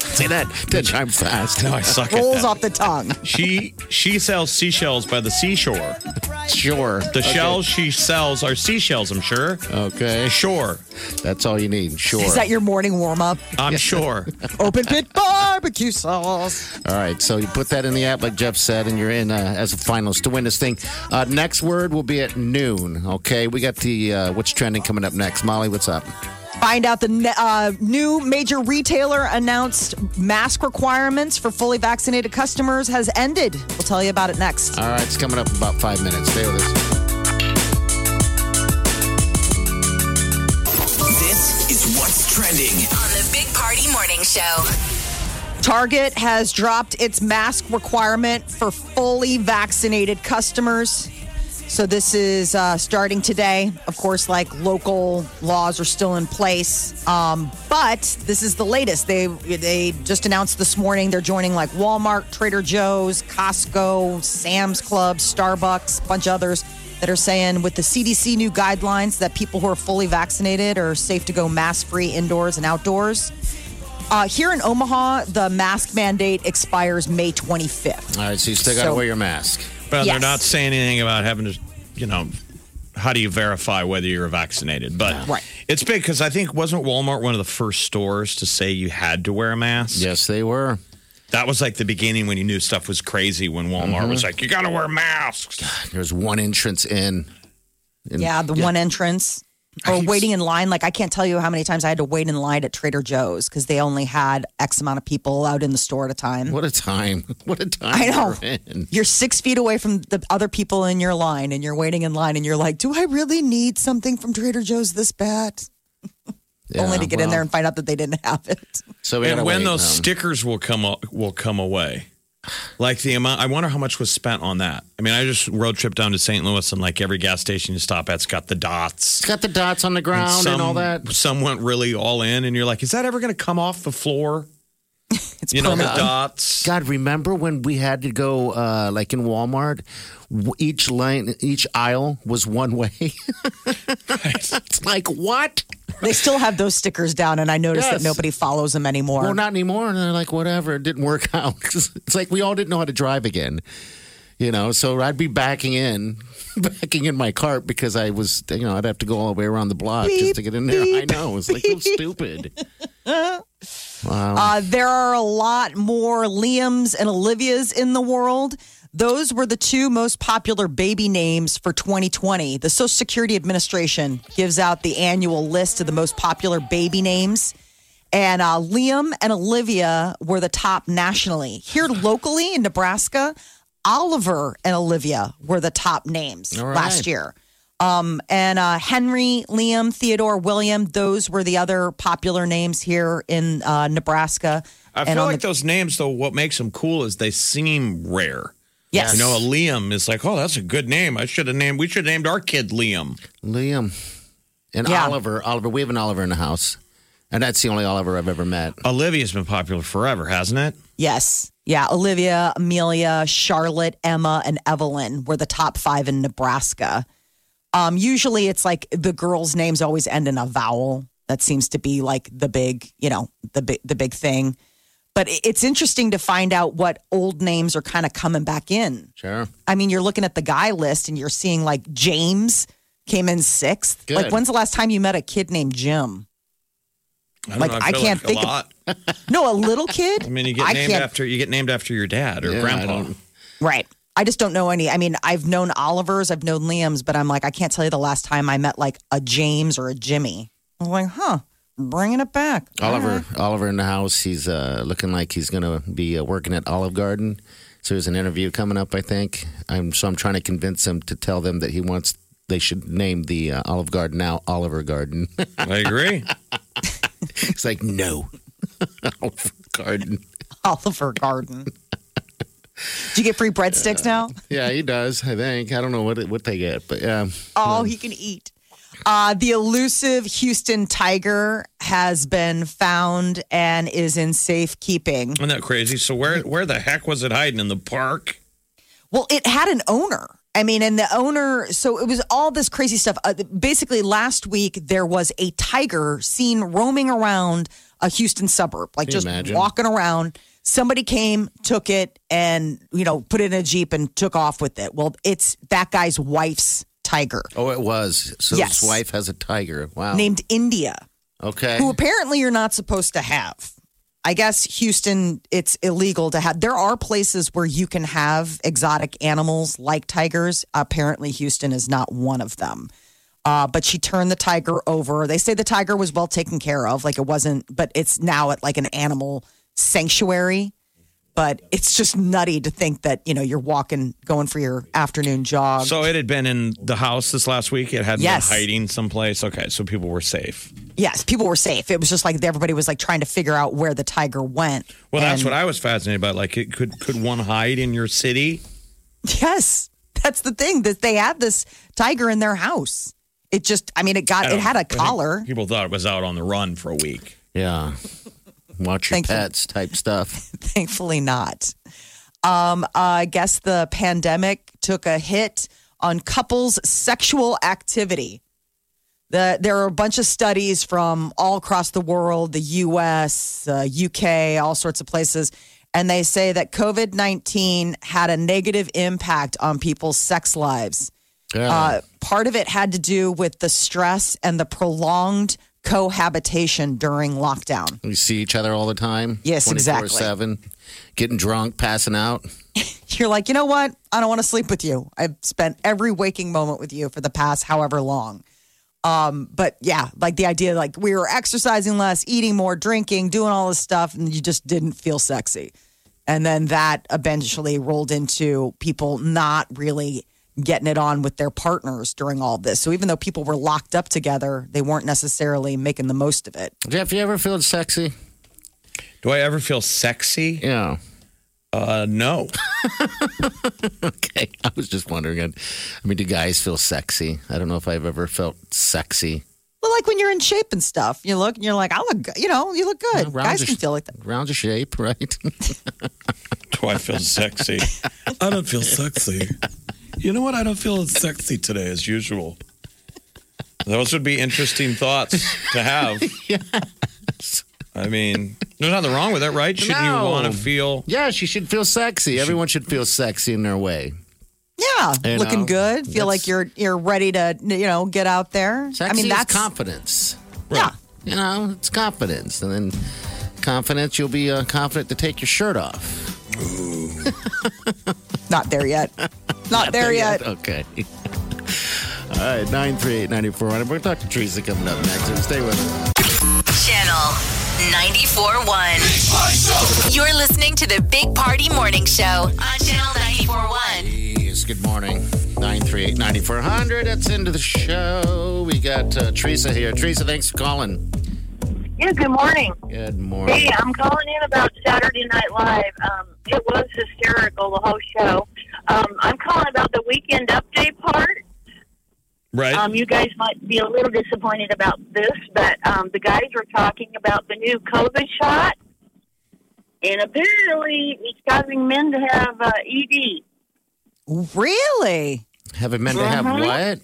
S1: Say that ten times fast.
S3: No, Oh, I suck at
S4: Rolls
S3: that.
S4: off the tongue.
S3: She she sells seashells by the seashore.
S1: Sure.
S3: The shells she sells are seashells, I'm sure.
S1: Okay,
S3: Sure.
S1: that's all you need. Sure.
S4: Is that your morning warm up?
S3: I'm sure.
S4: Open pit barbecue sauce.
S1: All right, so you put that in the app, like Jeff said, and you're in uh, as a finalist to win this thing. Uh, next word will be at noon. Okay, we got the uh, what's trending coming up next. Molly, what's up?
S4: Find out the ne- uh, new major retailer announced mask requirements for fully vaccinated customers has ended. We'll tell you about it next.
S1: All right, it's coming up in about five minutes. Stay with us.
S6: This is what's trending.
S2: On the Big Party Morning Show.
S4: Target has dropped its mask requirement for fully vaccinated customers. So this is uh, starting today. Of course, like local laws are still in place, um, but this is the latest. They they just announced this morning they're joining like Walmart, Trader Joe's, Costco, Sam's Club, Starbucks, bunch of others that are saying with the CDC new guidelines that people who are fully vaccinated are safe to go mask free indoors and outdoors. Uh, here in Omaha, the mask mandate expires May 25th.
S1: All right, so you still got to
S4: So-
S1: wear your mask.
S3: But they're
S4: Yes.
S3: not saying anything about having to, you know, how do you verify whether you're vaccinated? But
S4: Right.
S3: it's big because I think wasn't Walmart one of the first stores to say you had to wear a mask.
S1: Yes, they were.
S3: That was like the beginning when you knew stuff was crazy. When
S1: Mm-hmm.
S3: Walmart was like, you got to wear masks.
S1: There's one entrance in. And-
S4: Yeah, the one entrance. Or waiting in line. Like, I can't tell you how many times I had to wait in line at Trader Joe's because they only had X amount of people allowed in the store at a time.
S1: What a time! What a time!
S4: I know.
S1: we're in.
S4: You're six feet away from the other people in your line and you're waiting in line and you're like, do I really need something from Trader Joe's this bad? only
S1: Yeah,
S4: to get in
S1: well,
S4: there and find out that they didn't have it.
S1: so we
S3: And
S1: gotta
S3: when
S1: wait,
S3: those
S1: um,
S3: stickers will come o- will come away, like the amount. I wonder how much was spent on that. I mean, I just road trip down to St. Louis and like every gas station you stop at's got the dots.
S1: it's got the dots on the ground and, all that.
S3: Some went really all in, and you're like, is that ever going to come off the floor?
S4: It's
S3: You know, the
S4: permanent.
S3: dots.
S1: God, remember when we had to go uh, like in Walmart? w- Each lane, each aisle was one way. it's like what?
S4: They still have those stickers down and I noticed
S1: Yes.
S4: that nobody follows them anymore.
S1: Well, not anymore. And they're like, whatever. It didn't work out. it's like we all didn't know how to drive again. You know, so I'd be backing in, backing in my cart because I was, you know, I'd have to go all the way around the block just to get in there. I know. It's like so stupid.
S4: Uh, there are a lot more Liams and Olivias in the world. Those were the two most popular baby names for 2020. The Social Security Administration gives out the annual list of the most popular baby names. And uh, Liam and Olivia were the top nationally. Here locally in Nebraska, Oliver and Olivia were the top names
S1: All right.
S4: last year. Um, and uh, Henry, Liam, Theodore, William, those were the other popular names here in uh, Nebraska.
S3: I
S4: and
S3: feel
S4: on
S3: like those names, though, what makes them cool is they seem rare.
S4: Yes.
S3: You know, a Liam is like, oh, that's a good name. I should have named, we should have named our kid Liam.
S1: Liam and
S4: Yeah.
S1: Oliver. Oliver, we have an Oliver in the house. And that's the only Oliver I've ever met.
S3: Olivia's been popular forever, hasn't it?
S4: Yes. Yeah. Olivia, Amelia, Charlotte, Emma, and Evelyn were the top five in Nebraska. Um, usually it's like the girls' names always end in a vowel. That seems to be like the big, you know, the big the big thing. But i- it's interesting to find out what old names are kind of coming back in.
S1: Sure.
S4: I mean, you're looking at the guy list and you're seeing like James came in sixth.
S1: Good.
S4: Like, when's the last time you met a kid named Jim?
S3: I don't
S4: Like,
S3: know,
S4: I
S3: feel
S4: can't
S3: like
S4: think
S3: a
S4: of-
S3: lot.
S4: No, a little kid.
S3: I mean, you get
S4: I
S3: named
S4: can't-
S3: after you get named after your dad or
S1: Yeah, I
S3: grandpa.
S1: don't-
S4: Right. I just don't know any. I mean, I've known Olivers, I've known Liams, but I'm like, I can't tell you the last time I met like a James or a Jimmy. I'm like, huh, bringing it back.
S1: Oliver,
S4: Uh-huh.
S1: Oliver in the house. He's uh, looking like he's going to be uh, working at Olive Garden. So there's an interview coming up, I think. I'm so I'm trying to convince him to tell them that he wants they should name the uh, Olive Garden now Oliver Garden.
S3: I agree.
S1: it's like no, Oliver Garden.
S4: Oliver Garden. Do you get free breadsticks now?
S1: Yeah, he does. I think I don't know what it, what they get, but yeah.
S4: All
S1: Hmm.
S4: he can eat. Uh, the elusive Houston tiger has been found and is in safekeeping.
S3: Isn't that crazy? So where where the heck was it hiding in the park?
S4: Well, it had an owner. I mean, and the owner, so it was all this crazy stuff. Uh, basically, last week there was a tiger seen roaming around a Houston suburb, like
S1: Can you
S4: just
S1: imagine?
S4: walking around. Somebody came, took it, and, you know, put it in a Jeep and took off with it. Well, it's that guy's wife's tiger
S1: Oh, it was. So
S4: Yes.
S1: his wife has a tiger. Wow.
S4: named India.
S1: okay.
S4: who apparently you're not supposed to have. I guess Houston, it's illegal to have. There are places where you can have exotic animals like tigers. Apparently, Houston is not one of them. Uh, but she turned the tiger over. They say the tiger was well taken care of, like it wasn't, but it's now at like an animal sanctuary. But it's just nutty to think that you know you're walking, going for your afternoon jog.
S3: So it had been in the house this last week. It hadn't
S4: Yes.
S3: been hiding someplace. Okay, so people were safe.
S4: yes, people were safe. It was just like everybody was like trying to figure out where the tiger went.
S3: Well, that's
S4: And-
S3: what I was fascinated by. Like, it could could one hide in your city?
S4: Yes, that's the thing that they had this tiger in their house. It just, I mean, it got,
S3: I
S4: it
S3: don't
S4: had
S3: know.
S4: a
S3: I think
S4: collar.
S3: People thought it was out on the run for a week.
S1: Yeah. Watch your
S4: Thank you.
S1: pets type stuff.
S4: Thankfully, not. Um, I guess the pandemic took a hit on couples' sexual activity. The, there are a bunch of studies from all across the world, the US, uh, UK, all sorts of places. And they say that COVID 19 had a negative impact on people's sex lives.
S1: Yeah.
S4: Uh, part of it had to do with the stress and the prolonged cohabitation during lockdown.
S1: we see each other all the time.
S4: Yes, exactly.
S1: 7, getting drunk, passing out.
S4: You're like, you know what? I don't want to sleep with you. I've spent every waking moment with you for the past however long. Um, but yeah, like the idea, like we were exercising less, eating more, drinking, doing all this stuff, and you just didn't feel sexy. And then that eventually rolled into people not really getting it on with their partners during all this. So even though people were locked up together, they weren't necessarily making the most of it.
S1: Jeff, you ever feel sexy?
S3: Do I ever feel sexy?
S1: Yeah.
S3: Uh, no.
S1: Okay. I was just wondering. I I mean, do guys feel sexy? I don't know if I've ever felt sexy.
S4: Well, like when you're in shape and stuff, you look and you're like, I look, good. you know, you look good.
S1: rounds
S4: Uh, Guys
S1: are
S4: can
S1: sh-
S4: feel like that.
S1: Round of shape, right?
S3: Do I feel sexy?
S8: I don't feel sexy. You know what? I don't feel as sexy today as usual.
S3: Those would be interesting thoughts to have. I mean, there's nothing wrong with it, right? Shouldn't you
S1: No.
S3: want to feel?
S1: yes, you should feel sexy. Everyone should feel sexy in their way.
S4: Yeah,
S1: You
S4: looking
S1: know,
S4: good. Feel like
S1: that's-
S4: you're you're ready to you know get out there.
S1: Sexy
S4: I mean, that's
S1: is confidence.
S4: yeah.
S1: You know, it's confidence. And then confidence, you'll be uh, confident to take your shirt off.
S4: Not there yet. Not there yet.
S1: Okay. All right, 938-9400. We're going to talk to Teresa coming up next. So Stay with us.
S2: Channel 94.1. You're listening to the Big Party Morning Show on Channel 94.1.
S1: Yes, good morning. 938-9400. That's into the show. We got uh, Teresa here. Teresa, thanks for calling.
S13: Yeah, good morning.
S1: Good morning.
S13: Hey, I'm calling in about Saturday Night Live. Um, it was hysterical, the whole show. Um, I'm calling about the weekend update part.
S3: Right.
S13: Um, you guys might be a little disappointed about this, but um, the guys were talking about the new COVID shot, and apparently it's causing men to have uh, ED.
S4: Really? E
S1: Have it meant to have what?
S4: Ed.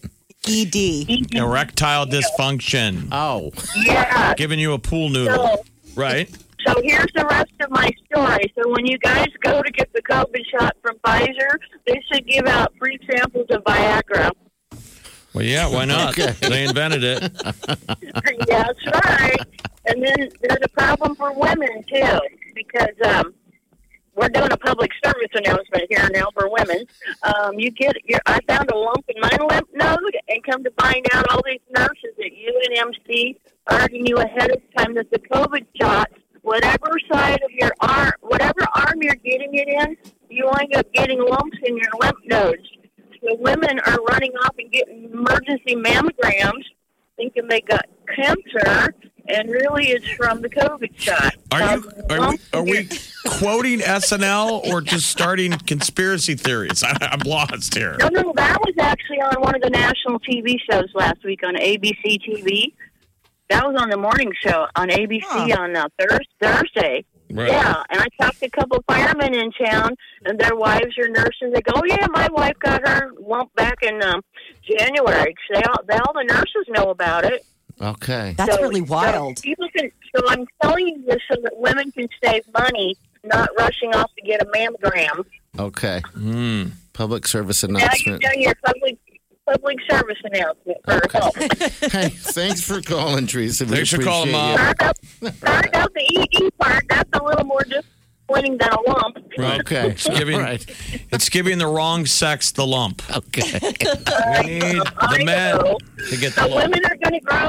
S3: Erectile dysfunction.
S1: Oh.
S13: Yeah.
S3: Giving you a pool noodle.
S13: So,
S3: Right.
S13: so here's the rest of my story. So when you guys go to get the COVID shot from Pfizer, they should give out free samples of Viagra.
S3: Well, yeah. Why not?
S1: Okay.
S3: They invented it.
S13: yeah, that's right. And then there's a problem for women too, because um, we're doing a public service announcement here now for women. Um, you get, your, I found a lump in my lymph node, and come to find out, all these nurses at UNMC already knew ahead of time that the COVID shot, whatever side of your arm, whatever arm you're getting it in, you end up getting lumps in your lymph nodes. the women are running off and getting emergency mammograms, thinking they got cancer, and really it's from the COVID shot. Um,
S3: Are you are we, are we quoting SNL or just starting conspiracy theories? I, I'm lost here.
S13: No, no, that was actually on one of the national TV shows last week on ABC TV. That was on the morning show on ABC on uh, Thurs Thursday.
S3: Right.
S13: Yeah, and I talked to a couple of firemen in town, and their wives are nurses. They go, "Oh yeah, my wife got her lump back in um, January." 'Cause They all, they all the nurses know about it.
S1: Okay.
S13: So- so people can. So I'm telling you this so that women can save money, not rushing off to get a mammogram.
S1: Okay.
S3: Hmm.
S1: Public service
S13: Now you've
S1: announcement.
S13: done your public public service announcement for help.
S1: hey, thanks for calling, Teresa. We
S3: Thanks for calling,
S1: appreciate you.
S3: Mom.
S13: Find out the ED part. That's a little more disappointing than a lump.
S1: Okay.
S3: It's giving, it's giving the wrong sex the lump.
S1: Okay.
S3: We need the men to get the
S13: The
S3: lump.
S13: women are going to grow.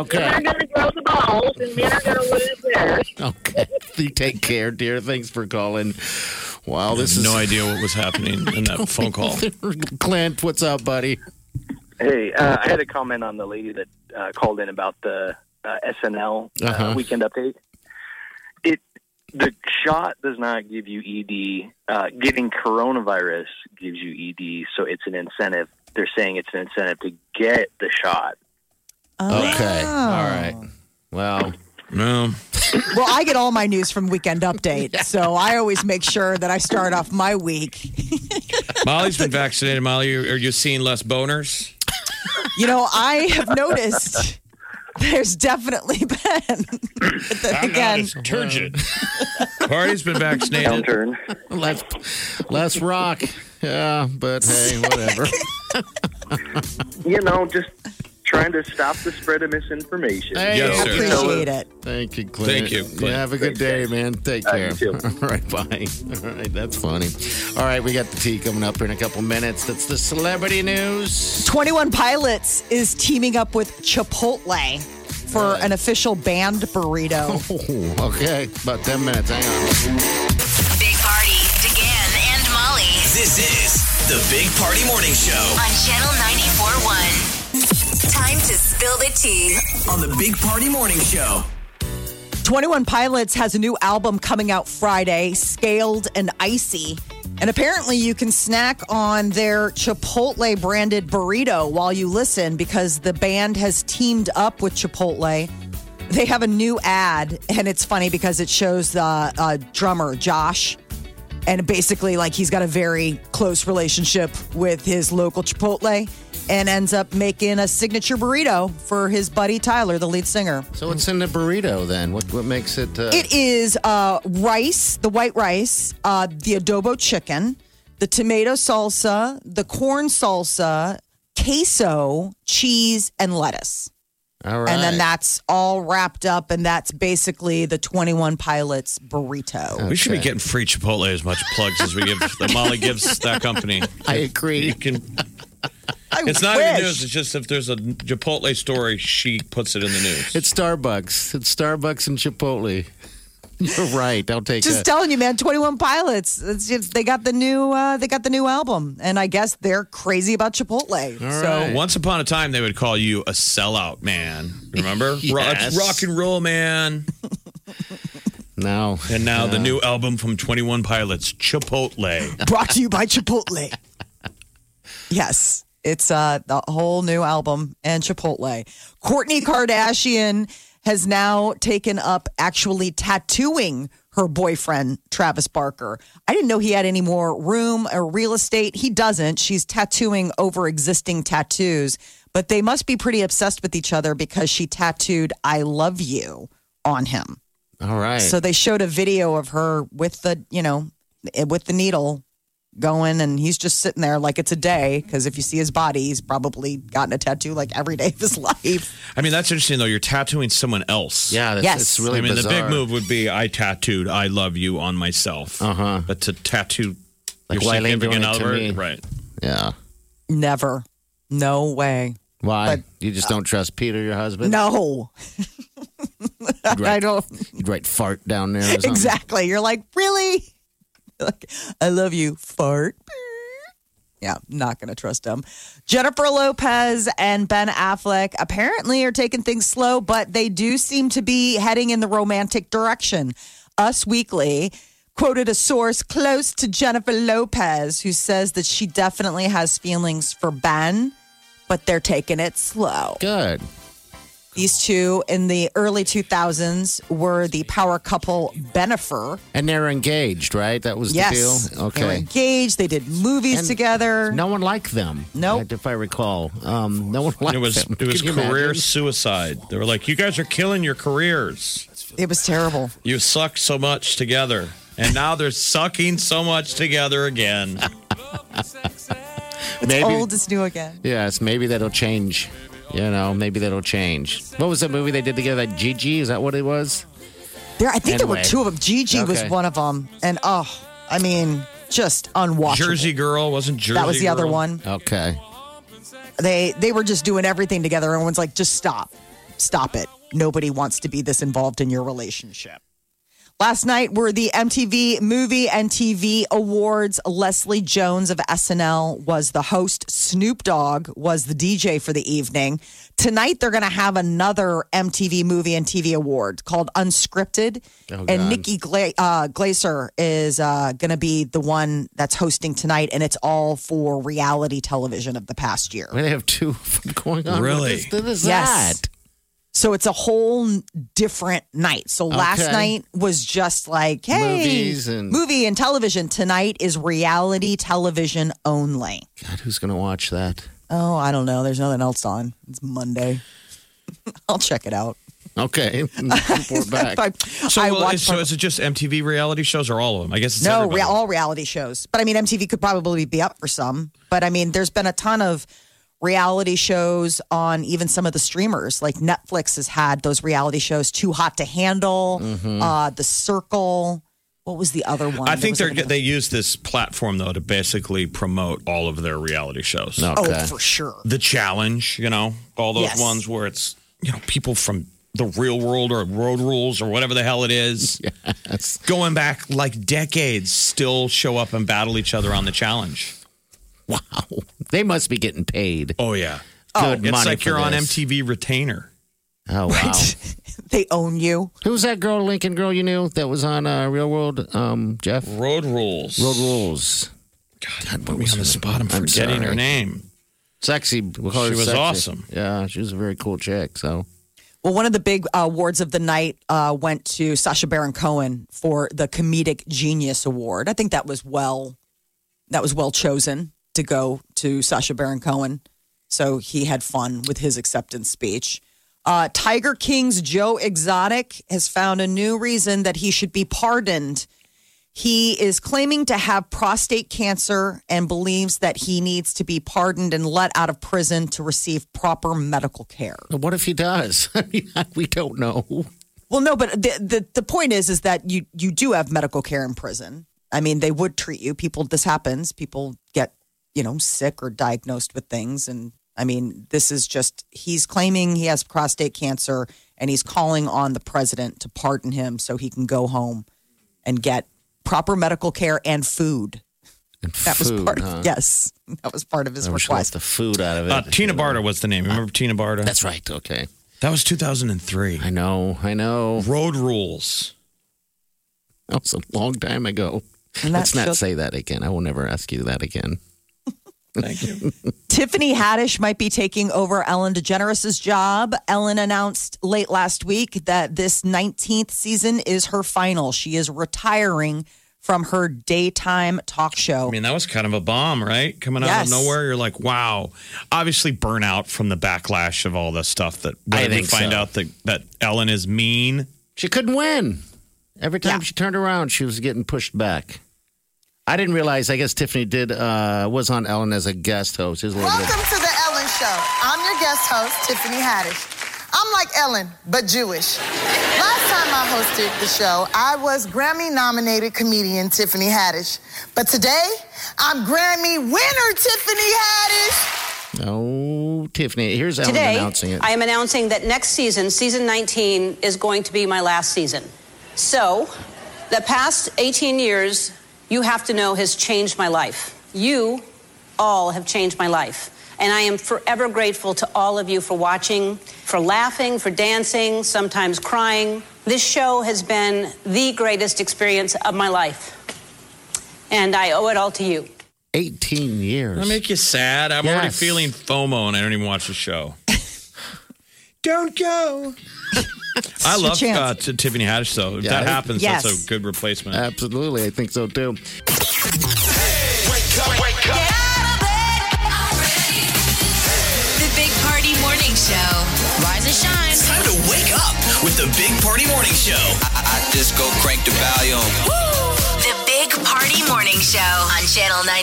S1: Okay.
S13: Women are going to grow the balls, and men are going to lose theirs.
S1: Okay. You take care, dear. Thanks for calling. Wow, this is
S3: no idea what was happening in that phone call.
S1: Clint, what's up, buddy?
S14: Hey, uh, I had a comment on the lady that uh, called in about the uh, SNL uh,
S1: Uh-huh.
S14: weekend update. It the shot does not give you ED. Uh, getting coronavirus gives you ED, so it's an incentive. They're saying it's an incentive to get the shot.
S4: Oh.
S1: Okay. All right. Well,
S3: no.
S4: Well, I get all my news from Weekend Update, so I always make sure that I start off my week.
S3: Molly's been vaccinated. Molly, are you seeing less boners?
S4: You know, I have noticed there's definitely been again.
S3: turgid. Party's been vaccinated.
S1: Less, less rock. Yeah, but hey, whatever.
S14: You know, just trying to stop the spread of misinformation.
S1: Hey, Yes, sir. appreciate
S4: it.
S1: Thank you, Clint.
S3: Thank you, Clint.
S1: Yeah, have a good day, man. Take
S14: Uh,
S1: care.
S14: you too.
S1: All right, bye. All right, that's funny. All right, we got the tea coming up in a couple minutes. That's the celebrity news.
S4: 21 Pilots is teaming up with Chipotle for an official band burrito.
S1: Ooh, okay, about 10 minutes. Hang on.
S2: Big Party, DeGan and Molly
S6: This is the Big Party Morning Show
S2: on Channel 94.1. Time to spill the tea.
S6: on the Big Party Morning Show.
S4: 21 Pilots has a new album coming out Friday, Scaled and Icy. And apparently, you can snack on their Chipotle branded burrito while you listen because the band has teamed up with Chipotle. They have a new ad, and it's funny because it shows the uh, drummer, Josh. And basically, like, he's got a very close relationship with his local Chipotle and ends up making a signature burrito for his buddy Tyler, the lead singer.
S1: So what's in the burrito then? What what makes it? Uh,
S4: It is uh, rice, the white rice, uh, the adobo chicken, the tomato salsa, the corn salsa, queso, cheese, and lettuce.
S1: all right.
S4: And then that's all wrapped up, and that's basically the 21 Pilots burrito.
S3: We should be getting free Chipotle as much plugs as we give that Molly gives that company.
S1: I agree.
S3: You can.
S4: I
S3: It's not
S4: wish.
S3: even news. It's just if there's a Chipotle story, she puts it in the news.
S1: It's Starbucks. It's Starbucks and Chipotle. You're right. I'll take
S4: Just
S1: that.
S4: telling you, man. Twenty One Pilots. It's just, they got the new. Uh, they got the new album, and I guess they're crazy about Chipotle.
S3: All
S4: so
S3: right. once upon a time, they would call you a sellout man. Remember, Ro-
S1: Yes.
S3: it's rock and roll man.
S1: No.
S3: And now the new album from Twenty One Pilots, Chipotle.
S4: brought to you by Chipotle. yes, it's uh, the whole new album and Chipotle. Courtney Kardashian has now taken up actually tattooing her boyfriend, Travis Barker. I didn't know he had any more room or real estate. He doesn't. She's tattooing over existing tattoos, but they must be pretty obsessed with each other because she tattooed I love you on him.
S1: All right.
S4: So they showed a video of her with the, you know, eh, with the needle going, and he's just sitting there like it's a day. Because if you see his body, he's probably gotten a tattoo like every day of his life.
S3: I mean, that's interesting though. You're tattooing someone else.
S1: yeah. That's,
S4: Yes.
S1: It's really
S3: I mean, the
S1: bizarre.
S3: big move would be I tattooed "I love you" on myself. Uh
S1: Uh-huh.
S3: But to tattoo
S1: Like,
S3: your
S1: why they
S3: significant
S1: doing it to
S3: other,
S1: me?
S3: right?
S1: Yeah.
S4: Never. No way.
S1: Why?
S4: But-
S1: you just don't trust Peter, your husband?
S4: No. I
S1: Right.
S4: don't.
S1: You'd write fart down there. Or something.
S4: Exactly. You're like, really? Like, I love you, fart. yeah, not going to trust them. Jennifer Lopez and Ben Affleck apparently are taking things slow, but they do seem to be heading in the romantic direction. Us Weekly quoted a source close to Jennifer Lopez who says that she definitely has feelings for Ben, but they're taking it slow.
S1: Good.
S4: These two in the early 2000s were the power couple Benifer.
S1: And they're engaged, right? That was
S4: yes.
S1: the deal?
S4: They were
S1: Okay.
S4: engaged. They did movies
S1: And
S4: together.
S1: No one liked them.
S4: Nope.
S1: If I recall. Um, no one liked
S3: And it was
S1: them.
S3: it was
S1: Could you
S3: career
S1: imagine?
S3: suicide. They were like, "You guys are killing your careers.
S4: It was terrible.
S3: You suck so much together, and now they're sucking so much together again."
S1: Maybe,
S4: Old is new again.
S1: Yes, maybe that'll change. You know, maybe that'll change. What was that movie they did together? That Gigi? Is that what it was?
S4: There, I think there were
S1: Anyway.
S4: two of them. Gigi was
S1: Okay.
S4: one of them, and oh, I mean, just unwatchable.
S3: Jersey Girl wasn't Jersey.
S4: That was the other
S3: Girl?
S4: one.
S1: Okay.
S4: They they were just doing everything together. Everyone's like, just stop, stop it. Nobody wants to be this involved in your relationship. Last night were the MTV Movie and TV Awards. Leslie Jones of SNL was the host. Snoop Dogg was the DJ for the evening. Tonight they're going to have another MTV Movie and TV Award called Unscripted,
S1: Oh,
S4: and
S1: God.
S4: Nikki Gla- uh, Glaser is uh, going to be the one that's hosting tonight, and it's all for reality television of the past year.
S1: We have two of them going on.
S3: Really?
S1: What is, what is
S4: Yes.
S1: that?
S4: So it's a whole n- different night. So last
S1: Okay.
S4: night was just like, hey,
S1: Movies and-
S4: movie and television. Tonight is reality television only.
S1: God, who's going to watch that?
S4: Oh, I don't know. There's nothing else on. It's Monday. I'll check it out.
S1: Okay. Report back.
S4: I,
S3: So,
S4: I
S3: well,
S4: watched
S3: so is it just MTV reality shows or all of them? I guess it's
S4: no
S3: everybody.
S4: rea- all reality shows. But I mean, MTV could probably be up for some. But I mean, there's been a ton of reality shows on even some of the streamers. Like Netflix has had those reality shows, Too Hot to Handle, uh, The Circle. What was the other one?
S3: Mm-hmm. I
S4: There
S3: think
S4: was
S3: they're
S4: like another-
S3: they use this platform though to basically promote all of their reality shows.
S1: No.
S4: Oh,
S1: Okay.
S4: for sure.
S3: The challenge, you know, all those
S4: Yes.
S3: ones where it's you know people from the real world or road rules or whatever the hell it is,
S1: That's-
S3: going back like decades, still show up and battle each other on the challenge.
S1: wow. They must be getting paid.
S3: Oh yeah,
S1: Good
S3: it's
S1: money
S3: like
S1: for
S3: you're on
S1: this.
S3: MTV retainer.
S1: Oh, wow.
S4: They own you.
S1: Who's that girl, Lincoln girl you knew that was on uh, Real World, um, Jeff?
S3: Road rules.
S1: Road Rules.
S3: God, put me on the spot. I'm
S1: I'm
S3: forgetting her
S1: sorry.
S3: name.
S1: Sexy. We'll call her
S3: She was
S1: sexy.
S3: awesome.
S1: Yeah, she was a very cool chick. So
S4: Well, one of the big awards of the night uh, went to Sasha Baron Cohen for the Comedic Genius Award. I think that was well, that was well chosen to go to Sasha Baron Cohen. So he had fun with his acceptance speech. Uh, Tiger King's Joe Exotic has found a new reason that he should be pardoned. He is claiming to have prostate cancer and believes that he needs to be pardoned and let out of prison to receive proper medical care.
S1: But what if he does? I mean, we don't know.
S4: Well, no, but the, the the point is is that you you do have medical care in prison. I mean, they would treat you. People, this happens. People get you know sick or diagnosed with things, and I mean, this is just he's claiming he has prostate cancer, and he's calling on the president to pardon him so he can go home and get proper medical care and food.
S1: And
S4: That was
S1: food,
S4: part
S1: huh?
S4: of yes, that was part of his
S1: I wish I left
S4: request.
S1: the food out of it.
S3: Uh, Tina Barta was the name. Remember Tina Barta?
S1: That's right. Okay.
S3: that was 2003.
S1: I know. I know.
S3: Road rules.
S1: That was a long time ago.
S4: And that
S1: Let's not
S4: shook-
S1: say that again. I will never ask you that again.
S3: Thank you.
S4: Tiffany Haddish might be taking over Ellen DeGeneres' job. Ellen announced late last week that this 19th season is her final. She is retiring from her daytime talk show.
S3: I mean, that was kind of a bomb, right? Coming out
S4: Yes.
S3: of nowhere, you're like, wow. Obviously, burnout from the backlash of all the stuff that when
S1: I
S3: you
S1: think
S3: find
S1: so.
S3: out that, that Ellen is mean.
S1: She couldn't win. Every time
S4: Yeah.
S1: she turned around, she was getting pushed back. I didn't realize. I guess Tiffany did uh, was on Ellen as a guest host. Here's a little bit.
S15: Welcome to the Ellen Show. I'm your guest host, Tiffany Haddish. I'm like Ellen, but Jewish. Last time I hosted the show, I was Grammy nominated comedian Tiffany Haddish. But today, I'm Grammy winner Tiffany Haddish.
S1: Oh, Tiffany. Here's Ellen
S16: Today,
S1: announcing it.
S16: I am announcing that next season, season 19, is going to be my last season. So, the past 18 years, you have to know, has changed my life. You all have changed my life. And I am forever grateful to all of you for watching, for laughing, for dancing, sometimes crying. This show has been the greatest experience of my life. And I owe it all to you.
S1: 18 years.
S3: I make you sad. I'm already feeling FOMO and I don't even watch the show.
S5: Don't go.
S3: I
S5: Your
S3: love
S5: chance.
S3: uh, t- Tiffany Haddish, though. If
S1: Yeah,
S3: that
S1: I-
S3: happens, that's
S1: Yes.
S3: a good replacement.
S1: Uh, Absolutely, I think so too.
S2: The Big Party Morning Show. Rise and shine.
S6: Time to wake up with the Big Party Morning Show. I, I just go crank the volume.
S2: The Big Party Morning Show on Channel 94.1. I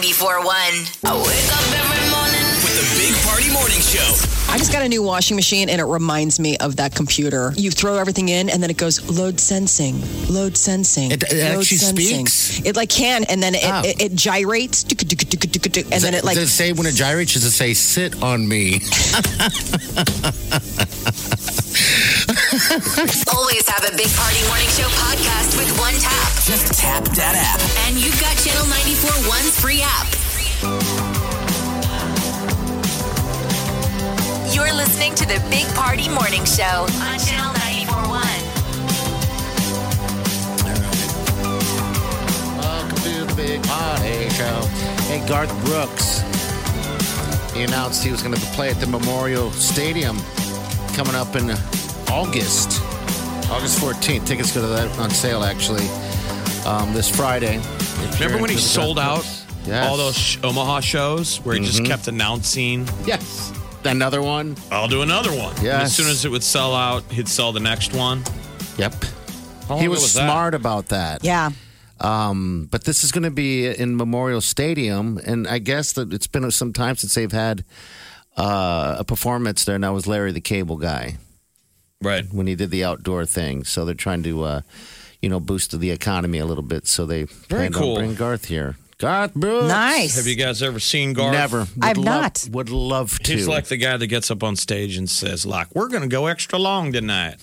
S2: wake up every morning.
S6: With the Big Party Morning Show.
S4: I just got a new washing machine and it reminds me of that computer. You throw everything in and then it goes load sensing, load sensing. It,
S1: it
S4: load
S1: actually
S4: sensing.
S1: speaks?
S4: It like can and then it,
S1: Oh.
S4: it, it gyrates and
S1: Does
S4: then
S1: it-
S4: it like
S1: does it say when it gyrates? Does it say sit on me?
S2: Always have a Big Party Morning Show podcast with one tap. Just tap that app. And you've got Channel 94.1's free app. You're listening to the Big Party Morning Show on Channel 94.1.
S1: Welcome to the Big Party Show. Hey, Garth Brooks. He announced he was going to play at the Memorial Stadium coming up in August, August 14th. Tickets go to that on sale actually um, this Friday. If you're
S3: Remember when he
S1: into the
S3: sold
S1: Garth
S3: out
S1: Brooks. Yes. Mm-hmm.
S3: all those sh- Omaha shows where he just kept announcing?
S1: Yes. Another one.
S3: I'll do another one. And
S1: Yes.
S3: As soon as it would sell out, he'd sell the next one.
S1: Yep.
S3: How long
S1: he
S3: ago
S1: was,
S3: was that?
S1: smart about that.
S4: Yeah.
S1: Um, but this is going to be in Memorial Stadium, and I guess that it's been some time since they've had uh, a performance there. And I was Larry the Cable Guy,
S3: right,
S1: when he did the outdoor thing. So they're trying to, uh, you know, boost the economy a little bit. So they
S3: Very
S1: plan
S3: cool.
S1: on bring Garth here. Garth Brooks.
S3: Have you guys ever seen Garth?
S1: Never. Would love- Would love to.
S3: He's like the guy that gets up on stage and says, like, we're going to go extra long tonight.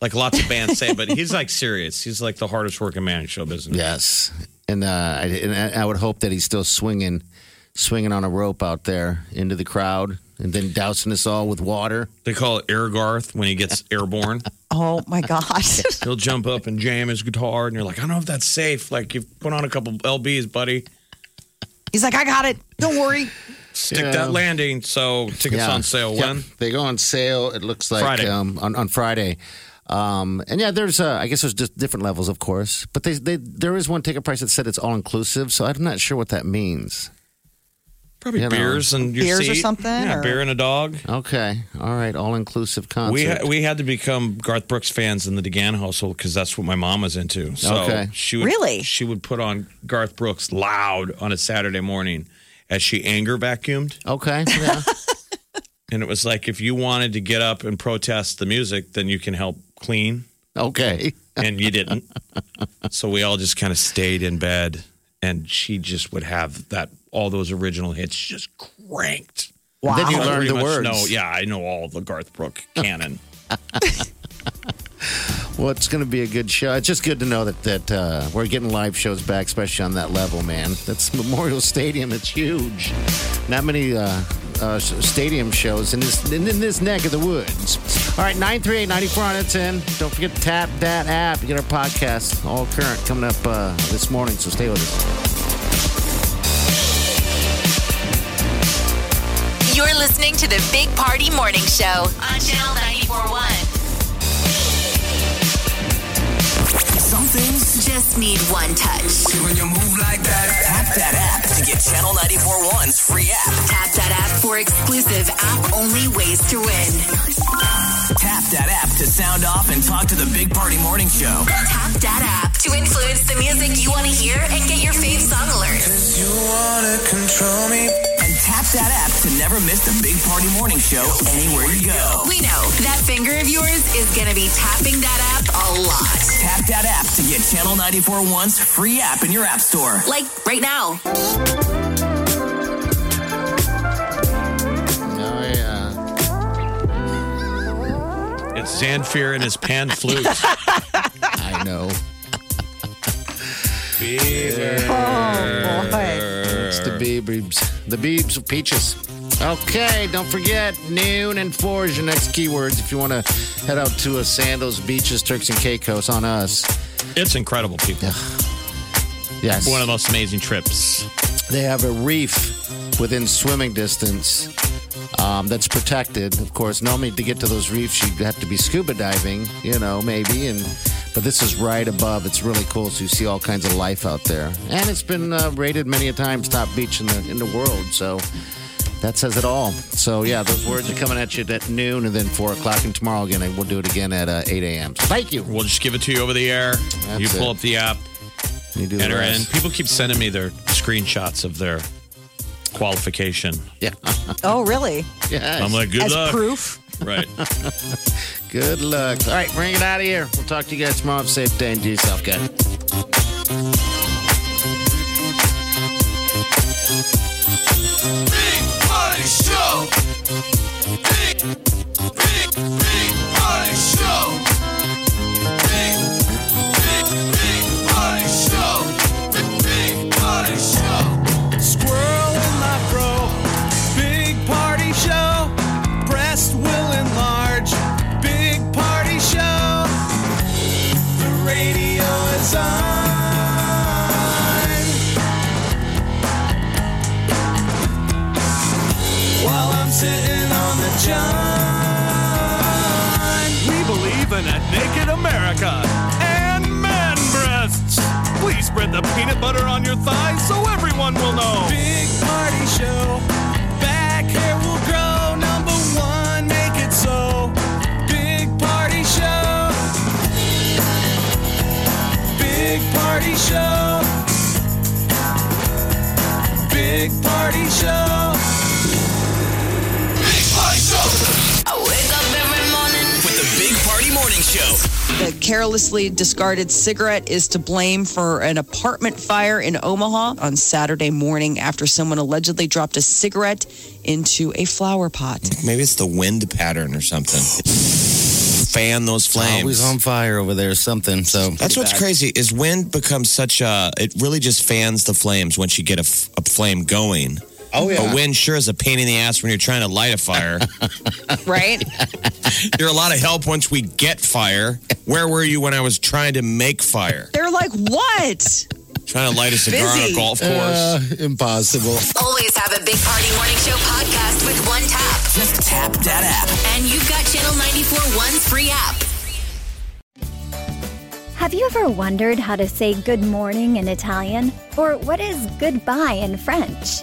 S3: Like lots of bands say, but he's like serious. He's like the hardest working man in show business.
S1: Yes, and uh, I, and I would hope that he's still swinging, swinging on a rope out there into the crowd, and then dousing us all with water.
S3: They call it air Garth when he gets airborne.
S4: Oh my god.
S3: He'll jump up and jam his guitar, and you're like, I don't know if that's safe. Like, you've put on a couple LBs, buddy.
S4: He's like I got it. Don't worry.
S3: Stick
S1: Yeah.
S3: that landing. So, tickets
S1: Yeah.
S3: on sale
S1: Yeah.
S3: when?
S1: They go on sale. It looks like
S3: Friday.
S1: Um, on on Friday. Um, and yeah, there's uh, I guess there's just different levels, of course, but they, they there is one ticket price that said it's all inclusive, so I'm not sure what that means.
S3: Probably
S1: You know.
S3: beers and your
S4: Beers or
S3: seat.
S4: something,
S3: Yeah,
S4: or-
S3: beer and a dog.
S1: Okay, all right, all inclusive concert.
S3: We ha- we had to become Garth Brooks fans in the DeGan household because that's what my mom was into. So
S1: Okay.
S3: she would,
S1: Really?
S3: she would put on Garth Brooks loud on a Saturday morning as she anger vacuumed.
S1: okay, yeah.
S3: And it was like if you wanted to get up and protest the music, then you can help clean.
S1: Okay.
S3: And you didn't. so we all just kind of stayed in bed and she just would have that all those original hits just cranked.
S1: Wow. Then you
S3: So I
S1: learn
S3: pretty
S1: the
S3: much
S1: words.
S3: Know, yeah, I know all the Garth Brooks canon.
S1: Well, it's going to be a good show. It's just good to know that that uh, we're getting live shows back, especially on that level, man. That's Memorial Stadium. It's huge. Not many uh, uh, s- stadium shows in this in, in this neck of the woods. All right, nine three eight ninety four on it's in. Don't forget to tap that app. You get our podcast all current coming up uh, this morning. So stay with us.
S2: You're listening to the Big Party Morning Show on Channel 94.1.
S6: Some things
S2: just need one touch.
S6: When you move like that, tap that app to get Channel 94.1's free app.
S2: Tap that app for exclusive app only ways to win.
S6: Tap that app to sound off and talk to the Big Party Morning Show.
S2: Tap that app to influence the music you want to hear and get your fave song alerts.
S6: You wanna control me? And tap that app to never miss the Big Party Morning Show anywhere you go.
S2: We know that finger of yours is going to be tapping that app a lot.
S6: Tap that app to get Channel 94.1's free app in your app store.
S2: Like right now.
S1: Oh yeah.
S3: It's Zanfir and his pan flute.
S1: I know.
S3: Beware.
S1: Oh, boy. That's the Beebs. The Beebs of Peaches. Okay, don't forget, noon and four is your next keywords if you want to head out to a Sandos, Beaches, Turks and Caicos on us.
S17: It's incredible, people.
S1: Yes.
S17: One of the most amazing trips.
S1: They have a reef within swimming distance um, that's protected. Of course, normally to get to those reefs, you'd have to be scuba diving, you know, maybe. And but this is right above. It's really cool, so you see all kinds of life out there. And it's been uh, rated many a times top beach in the in the world. So that says it all. So yeah, those words are coming at you at noon and then four o'clock. And tomorrow again, we'll do it again at uh, eight a.m. So thank you.
S17: We'll just give it to you over the air. you
S1: it.
S17: pull up the app.
S1: You do the
S17: enter in.
S1: rest.
S17: People keep sending me their screenshots of their qualification.
S1: Yeah.
S4: Oh, really?
S1: Yeah.
S17: I'm like, good
S4: As
S17: luck.
S4: proof.
S17: Right.
S1: Good luck. All right, bring it out of here. We'll talk to you guys tomorrow. Have a safe day and do yourself good.
S5: Big Party Show. Big, big, big Party Show. Big, big, big Party Show. Big, big Party Show. Squirrel in my fro. Big Party Show. Breast will enlarge. Big Party Show. The radio is on. while I'm sitting on the john. We believe in a naked America and man breasts. Please spread the peanut butter on your thighs so everyone will know. Big party show. Back hair will grow. Number one, make it so. Big party show. Big party show. Big party show. Big Party Show. I wake up every morning with the Big Party Morning Show.
S4: The carelessly discarded cigarette is to blame for an apartment fire in Omaha on Saturday morning after someone allegedly dropped a cigarette into a flower pot.
S3: Maybe it's the wind pattern or something. Fan those flames.
S1: Always on fire over there or something. So
S3: That's what's crazy is wind becomes such a. It really just fans the flames once you get a, f- a flame going.
S1: Oh, yeah.
S3: But wind sure is a pain in the ass when you're trying to light a fire.
S4: right?
S3: You're a lot of help once we get fire. Where were you when I was trying to make fire?
S4: They're like, what?
S3: Trying to light a cigar on a
S4: Busy.
S3: golf course.
S1: Uh, impossible.
S18: Always have a Big Party Morning Show podcast with one tap. Just tap that app. And you've got Channel 94.1's free app.
S2: Have you ever wondered how to say good morning in Italian? Or what is goodbye in French?